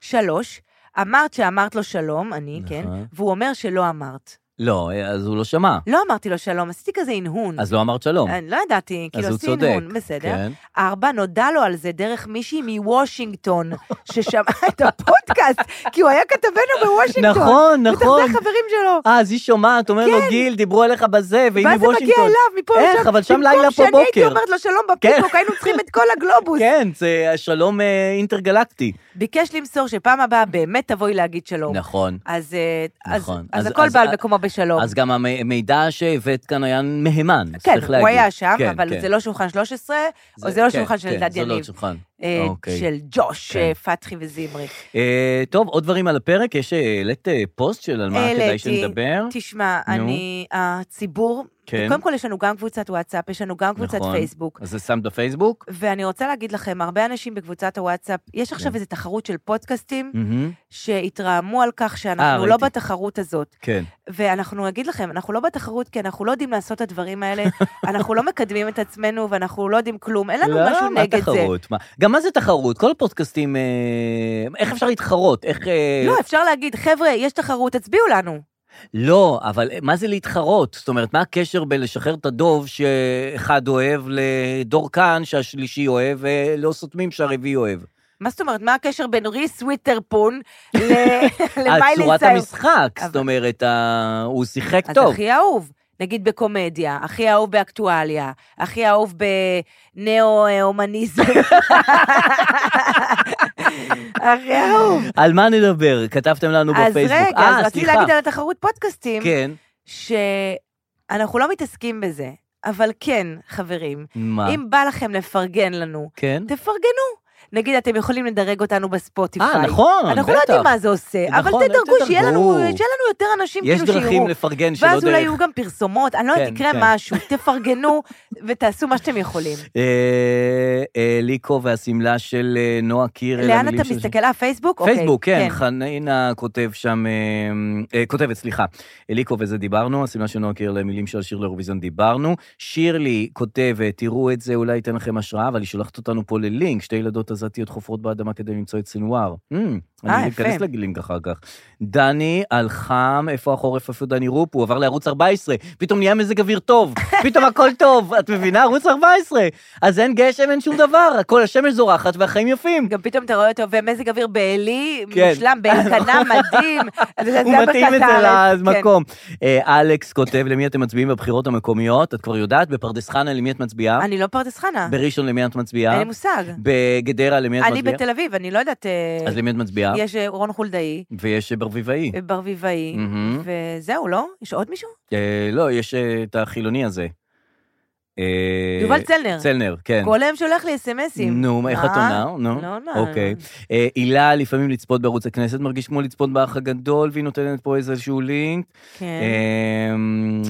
שלוש, אמרת שאמרת לו שלום, אני, נכון. כן, והוא אומר שלא אמרת. לא, אז הוא לא שמע. לא אמרתי לו שלום, עשיתי כזה הנהון. אז לא אמרת שלום. אני לא ידעתי, כאילו אז הוא עשיתי צודק. הנהון, בסדר. כן. ארבע, נודע לו על זה דרך מישהי מוושינגטון, ששמעה את הפודקאסט, כי הוא היה כתבנו בוושינגטון. נכון, בטח נכון. זה החברים שלו. אה, אז היא שומעת, אומר לו, לא- כן. גיל, דיברו עליך בזה, והיא ואז זה מוושינגטון. מגיע אליו, מפה איך? אבל שם לילה פה במקום שאני הייתי בוקר. אומרת לו שלום בפייסבוק, היינו צריכים את כל הגלובוס. כן, זה השלום אה, אינטרגלקטי. ביקש למסור שפעם הבאה באמת תבואי להגיד שלום. נכון. אז, אה, אז, נכון. אז אז- הכל אז- בעל אז- מקומו בשלום. אז גם המידע שהבאת כאן היה מהימן, אז כן, צריך הוא להגיד. היה שם, כן, אבל כן. זה לא שולחן 13, או זה לא כן, שולחן של כן, אלדד זה לא יניב. שולחן. אה, אוקיי. של ג'וש, כן. אה, פתחי וזמרי. אה, טוב, עוד דברים על הפרק? יש, אה, העלית אה, פוסט של על מה כדאי שנדבר? אה, תשמע, נו. אני, הציבור, כן. קודם כל יש לנו גם קבוצת וואטסאפ, יש לנו גם קבוצת נכון. פייסבוק. אז זה שמת בפייסבוק? ואני רוצה להגיד לכם, הרבה אנשים בקבוצת הוואטסאפ, יש עכשיו כן. איזו תחרות של פודקאסטים מהמם, שהתרעמו על כך שאנחנו אה, לא ראיתי. בתחרות הזאת. כן. ואנחנו נגיד לכם, אנחנו לא בתחרות כי אנחנו לא יודעים לעשות את הדברים האלה, אנחנו לא מקדמים את עצמנו ואנחנו לא יודעים כלום, אין לנו משהו מה נגד זה. תחרות? מה- גם מה זה תחרות? כל הפודקאסטים, אה, איך אפשר להתחרות? איך... אה, לא, אפשר להגיד, חבר'ה, יש תחרות, תצביעו לנו. לא, אבל מה זה להתחרות? זאת אומרת, מה הקשר בלשחרר את הדוב שאחד אוהב לדור כאן שהשלישי אוהב, ולא סותמים שהרביעי אוהב? מה זאת אומרת, מה הקשר בין ריס וויטרפון ל- אה, למיילי צורת סיירוס? המשחק, אבל- זאת אומרת, ה- הוא שיחק אז טוב. הכי אהוב. נגיד בקומדיה, הכי אהוב באקטואליה, הכי אהוב בנאו-הומניזם. הכי אהוב. על מה נדבר? כתבתם לנו אז בפייסבוק. רגע, אה, אז רציתי סליחה. להגיד על התחרות פודקאסטים, כן. שאנחנו לא מתעסקים בזה, אבל כן, חברים, מה? אם בא לכם לפרגן לנו, כן. תפרגנו. נגיד, אתם יכולים לדרג אותנו בספוטיפיי. אה, נכון, אנחנו לא בטח. יודעים מה זה עושה, אבל נכון, תדרגו, שיהיה לנו תדרגו. שיהיה לנו יותר אנשים יש כאילו שיראו. דרכים לפרגן שלא ואז אולי דרך. יהיו גם פרסומות, אני לא יודעת, כן, יקרה כן. משהו, תפרגנו ותעשו מה שאתם יכולים. אה, אה, ליקו והשמלה של אה, נועה קירל. לאן המילים אתה של- מסתכל? אה, פייסבוק? אוקיי, פייסבוק, כן, חנינה כותב שם, אה, אה, כותבת, סליחה, אליקו וזה דיברנו, השמלה של נועה קירל, המילים של השיר לאירוויזיון דיברנו. שירלי כותבת, תראו את זה, אולי ייתן לכם השראה, אבל היא שולחת אותנו פה ללינק, שתי ילדות עזתיות חופרות באדמה כדי למצוא את סנוואר. Mm, אה, אני יפה. אכנס לגלינק אחר כך. דני על חם, איפה החורף, איפה דני רופ, הוא עבר לערוץ 14, פתאום נהיה מזג אוויר טוב, פתאום הכל טוב, את מבינה? ערוץ 14. אז אין גשם, אין שום דבר, הכל השמש זורחת והחיים יפים. גם פתאום אתה רואה אותו, ומזג אוויר בעלי, כן. מושלם, באלקנה מדהים. אז זה- הוא זה מתאים את מרכז הארץ, זה כן. למקום. אה, אלכס כותב, למי אתם מצביעים בבחירות המקומיות? את כבר יודעת, בפרדס חנה למי את מצביעה? אני לא פרדס חנה, בראשון למי את אין מצביעה? לי מושג. בגדרה למי את אני מצביעה? בתל אביב, אני לא יודעת... אה, אז למי את מצביעה? יש אה, רון חולדאי, ויש אה, ברביבאי. אה, ברביבאי, מהמם. וזהו, לא? יש עוד מישהו? אה, לא, יש אה, את החילוני הזה. אה, יובל צלנר. צלנר, כן. כל היום שולח לי אס.אם.אסים. נו, איך את עונה? נו. לא עונה. אוקיי. אה, הילה, לפעמים לצפות בערוץ הכנסת מרגיש כמו לצפות באח הגדול, והיא נותנת פה איזשהו לינק. אה, כן. אמ,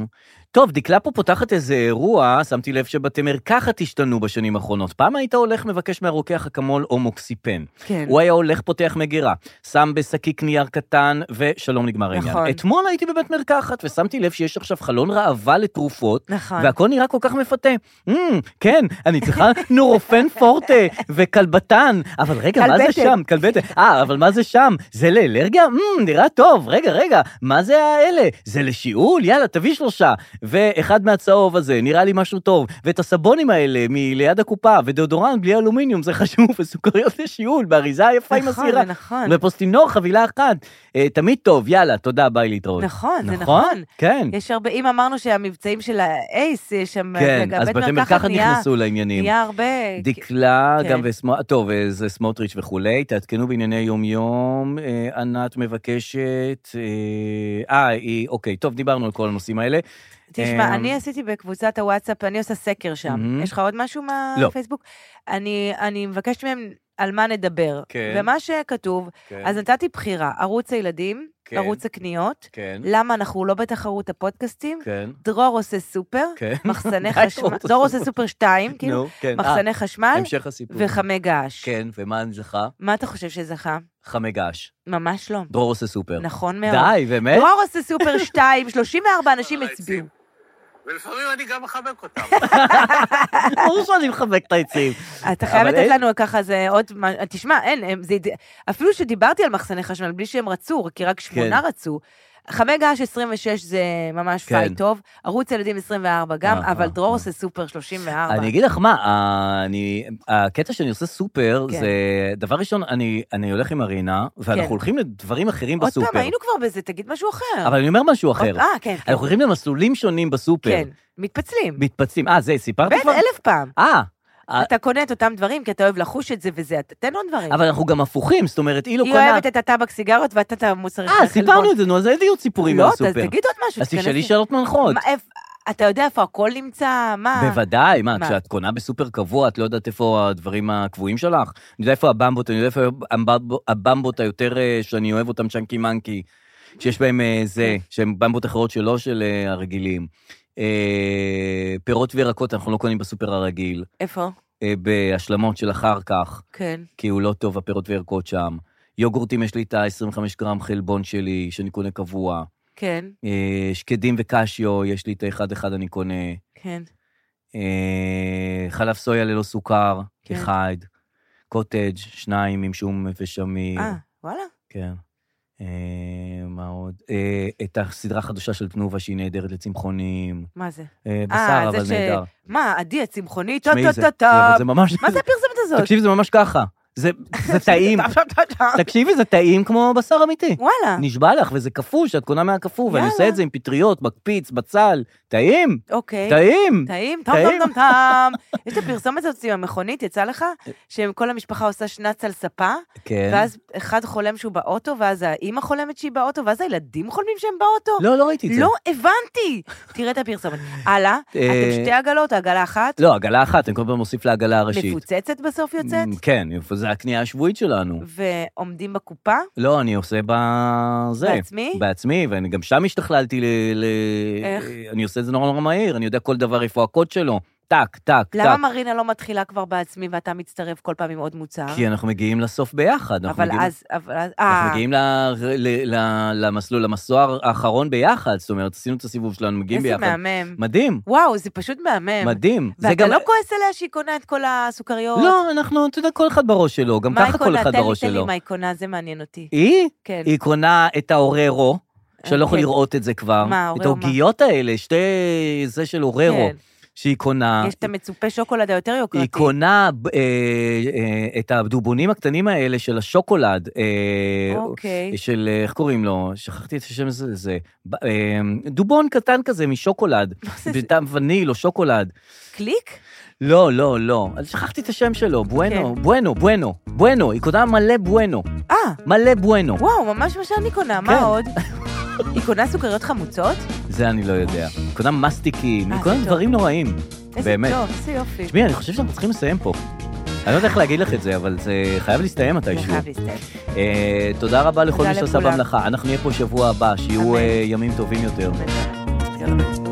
טוב, דקלה פה פותחת איזה אירוע, שמתי לב שבתי מרקחת השתנו בשנים האחרונות. פעם היית הולך מבקש מהרוקח אקמול או מוקסיפן. כן. הוא היה הולך פותח מגירה, שם בשקיק נייר קטן, ושלום נגמר העניין. נכון. אתמול הייתי בבית מרקחת, ושמתי לב שיש עכשיו חלון ראווה לתרופות, נכון. והכל נראה כל כך מפתה. "מ, כן, אני צריכה נורופן פורטה וכלבתן, אבל רגע, מה זה כלבטת. שם? כלבטת. אה, אבל מה זה שם? זה לאלרגיה? "מ, נראה טוב, רגע, רגע, מה זה האלה? זה לשיעול? יאללה, תביא שלושה. ואחד מהצהוב הזה, נראה לי משהו טוב. ואת הסבונים האלה מליד הקופה, ודאודורנט בלי אלומיניום, זה חשוב, וסוכריות לשיעול, באריזה היפה עם נכון, הסירה. זה נכון. ופוסטינור, חבילה אחת. אה, תמיד טוב, יאללה, תודה, ביי להתראות. נכון, זה נכון. כן. יש הרבה, אם אמרנו שהמבצעים של האייס, יש שם... כן, גם אז בית בתי מרקחת מרקחת נהיה- נכנסו לעניינים. נהיה הרבה... דקלה, כן. גם וסמוט... טוב, אה, זה סמוטריץ' וכולי, תעדכנו בענייני יום-יום, אה, ענת מבקשת... אה, אה, היא... אוקיי, טוב, דיברנו על כל הנושאים האלה. אמ, תשמע, אני עשיתי בקבוצת הוואטסאפ, אני עושה סקר שם. מהמם. יש לך עוד משהו לא. מהפייסבוק? אני אני מבקשת מהם על מה נדבר. כן. ומה שכתוב, כן. אז נתתי בחירה, ערוץ הילדים, כן. ערוץ הקניות. כן. למה אנחנו לא בתחרות הפודקאסטים? כן. דרור עושה סופר, כן. מחסני דרור חשמל, עושה דרור עושה סופר 2, נו, כאילו, כן. מחסני אה, חשמל המשך הסיפור. וחמי געש. כן, ומה זכה? מה אתה חושב שזכה? חמי געש. ממש לא. דרור עושה סופר. נכון מאוד. די, באמת? דרור עושה סופר 2, 34 אנשים הצביעו. ולפעמים אני גם מחבק אותם. ברור שאני מחבק את העצים. אתה חייב אבל לתת אין- לנו ככה, זה עוד... מה- תשמע, אין, הם- זה... הד- אפילו שדיברתי על מחסני חשמל בלי שהם רצו, כי כן. רק שמונה רצו. חמי געש 26 זה ממש כן. פייט טוב, ערוץ ילדים 24 גם, אה, אה, אבל דרור אה. עושה סופר 34. אני אגיד לך מה, ה- אני, הקטע שאני עושה סופר, כן. זה, דבר ראשון, אני, אני הולך עם הרינה, כן. ואנחנו הולכים לדברים אחרים עוד בסופר. פעם, היינו כבר בזה, תגיד משהו אחר. אבל אני אומר משהו אחר. עוד- אה, כן, כן. אנחנו הולכים למסלולים שונים בסופר. כן, מתפצלים. מתפצלים. אה, זה, סיפרת בטח, כבר? אלף פעם. אה, אה. אתה קונה את אותם דברים, כי אתה אוהב לחוש את זה וזה, אתה- תן עוד דברים. אבל אנחנו גם הפוכים, זאת אומרת, היא לא כן. היא קונה... אוהבת את הטבק סיגריות ואתה את המוצרים אה, של סיפרנו את זה, נו, אז אין לי עוד סיפורים לא, מהסופר. אז תגיד עוד משהו. אז תיכנס תשאלי לזה. שאלות מנחות. מה, איפ- אתה יודע איפה הכל נמצא? מה? בוודאי, מה, אה, מה? כשאת קונה בסופר קבוע, את לא יודעת איפה הדברים הקבועים שלך? אני יודע איפה הבמבות, אני יודע איפה הבמב- הבמבות היותר אה, שאני אוהב אותן, צ'אנקי מנקי, שיש בהם אה, זה, שהן במבות אחרות שלא של אה, הרגילים. אה, פירות וירקות אנחנו לא קונים בסופר הרגיל, איפה? אה, בהשלמות של אחר כך, כן. כי הוא לא טוב, הפירות וירקות שם. יוגורטים, יש לי את ה-25 גרם חלבון שלי, שאני קונה קבוע. כן, אה, שקדים וקשיו, יש לי את האחד-אחד אני קונה. כן. אה, חלב סויה ללא סוכר, כן. אחד, קוטג', שניים עם שום ושמיר, אה, וואלה. כן. אה, מה עוד? אה, את הסדרה החדשה של תנובה שהיא נהדרת לצמחונים. מה זה? אה, אה, בשר, זה אבל ש- נהדר. מה, עדי הצמחונית? טה תשמעי, טה זה- לא, טה זה- טה. זה ממש... מה זה הפרסומת הזאת? תקשיבי, זה ממש ככה. זה זה טעים. טה, טה, טה, טה. תקשיבי, זה טעים כמו בשר אמיתי. וואלה. נשבע לך, וזה קפוא, שאת קונה מהקפוא, ואני יאללה. עושה את זה עם פטריות, מקפיץ, בצל. טעים, אוקיי. טעים. טעים, טם טעים. טם טם טם. יש את הפרסומת הזאת עם המכונית, יצא לך? שכל המשפחה עושה שנץ על ספה, אה. כן. ואז אחד חולם שהוא באוטו, ואז האימא חולמת שהיא באוטו, ואז הילדים חולמים שהם באוטו? לא, לא ראיתי את זה. לא הבנתי. תראה את הפרסומת. הלאה, אה, אתם שתי עגלות, עגלה אחת, לא, עגלה אחת, אני כל פעם מוסיף לעגלה הראשית. מפוצצת בסוף יוצאת, מ, כן, יופ- זה הקנייה השבועית שלנו. ועומדים בקופה. לא, אני עושה בזה. בעצמי? בעצמי, ואני גם שם השתכללתי ל... ל... איך? אני עושה את זה נורא נורא מהיר, אני יודע כל דבר איפה הקוד שלו. טק, טק, למה טק. מרינה לא מתחילה כבר בעצמי ואתה מצטרף כל פעם עם עוד מוצר? כי אנחנו מגיעים לסוף ביחד. כן, אנחנו אבל מגיעים- אז, אבל אז, אנחנו אה, מגיעים ל- ל- ל- למסלול, למסוע האחרון ביחד, זאת אומרת, עשינו את הסיבוב שלנו, מגיעים איזה ביחד. מהמם. מדהים, וואו, זה פשוט מהמם. מדהים. זה ואתה גם- לא כועס עליה שהיא קונה את כל הסוכריות? לא, אנחנו, אתה יודע, כל אחד בראש שלו, גם מה היא ככה כל קונה? אחד תן לי, בראש תן לי שלו. מה היא קונה, זה מעניין אותי. היא? כן. היא קונה את האוררו, שאני לא יכול כן. לראות את זה כבר. מה, את אוררו, מה? העוגיות האלה, שתי... זה של אוררו, כן. שהיא קונה. יש את המצופה שוקולד היותר היא יוקרתי. קונה אה, אה, את הדובונים הקטנים האלה של השוקולד. אה, אוקיי. של, אה, איך קוראים לו? שכחתי את השם הזה. זה, ב- אה, דובון קטן כזה משוקולד, זה? בטעם וניל או שוקולד. קליק? לא, לא, לא. אז שכחתי את השם שלו, בואנו, כן. בואנו, בואנו, בואנו. היא קונה מלא בואנו, אה, מלא בואנו. וואו, ממש מה שאני קונה, מה כן. עוד? היא קונה סוכריות חמוצות? זה אני לא יודע. היא קונה מסטיקים, אה, היא קונה זה טוב. דברים נוראים. איזה באמת. טוב, איזה יופי. תשמעי, אני חושב שאנחנו צריכים לסיים פה. אני לא יודע איך להגיד לך את זה, אבל זה חייב להסתיים זה מתישהו. חייב להסתיים. אה, תודה רבה לכל תודה מי שעשה לכולם. במלאכה. אנחנו נהיה פה שבוע הבא, שיהיו אמן. אה, ימים טובים יותר. יאללה, ביי.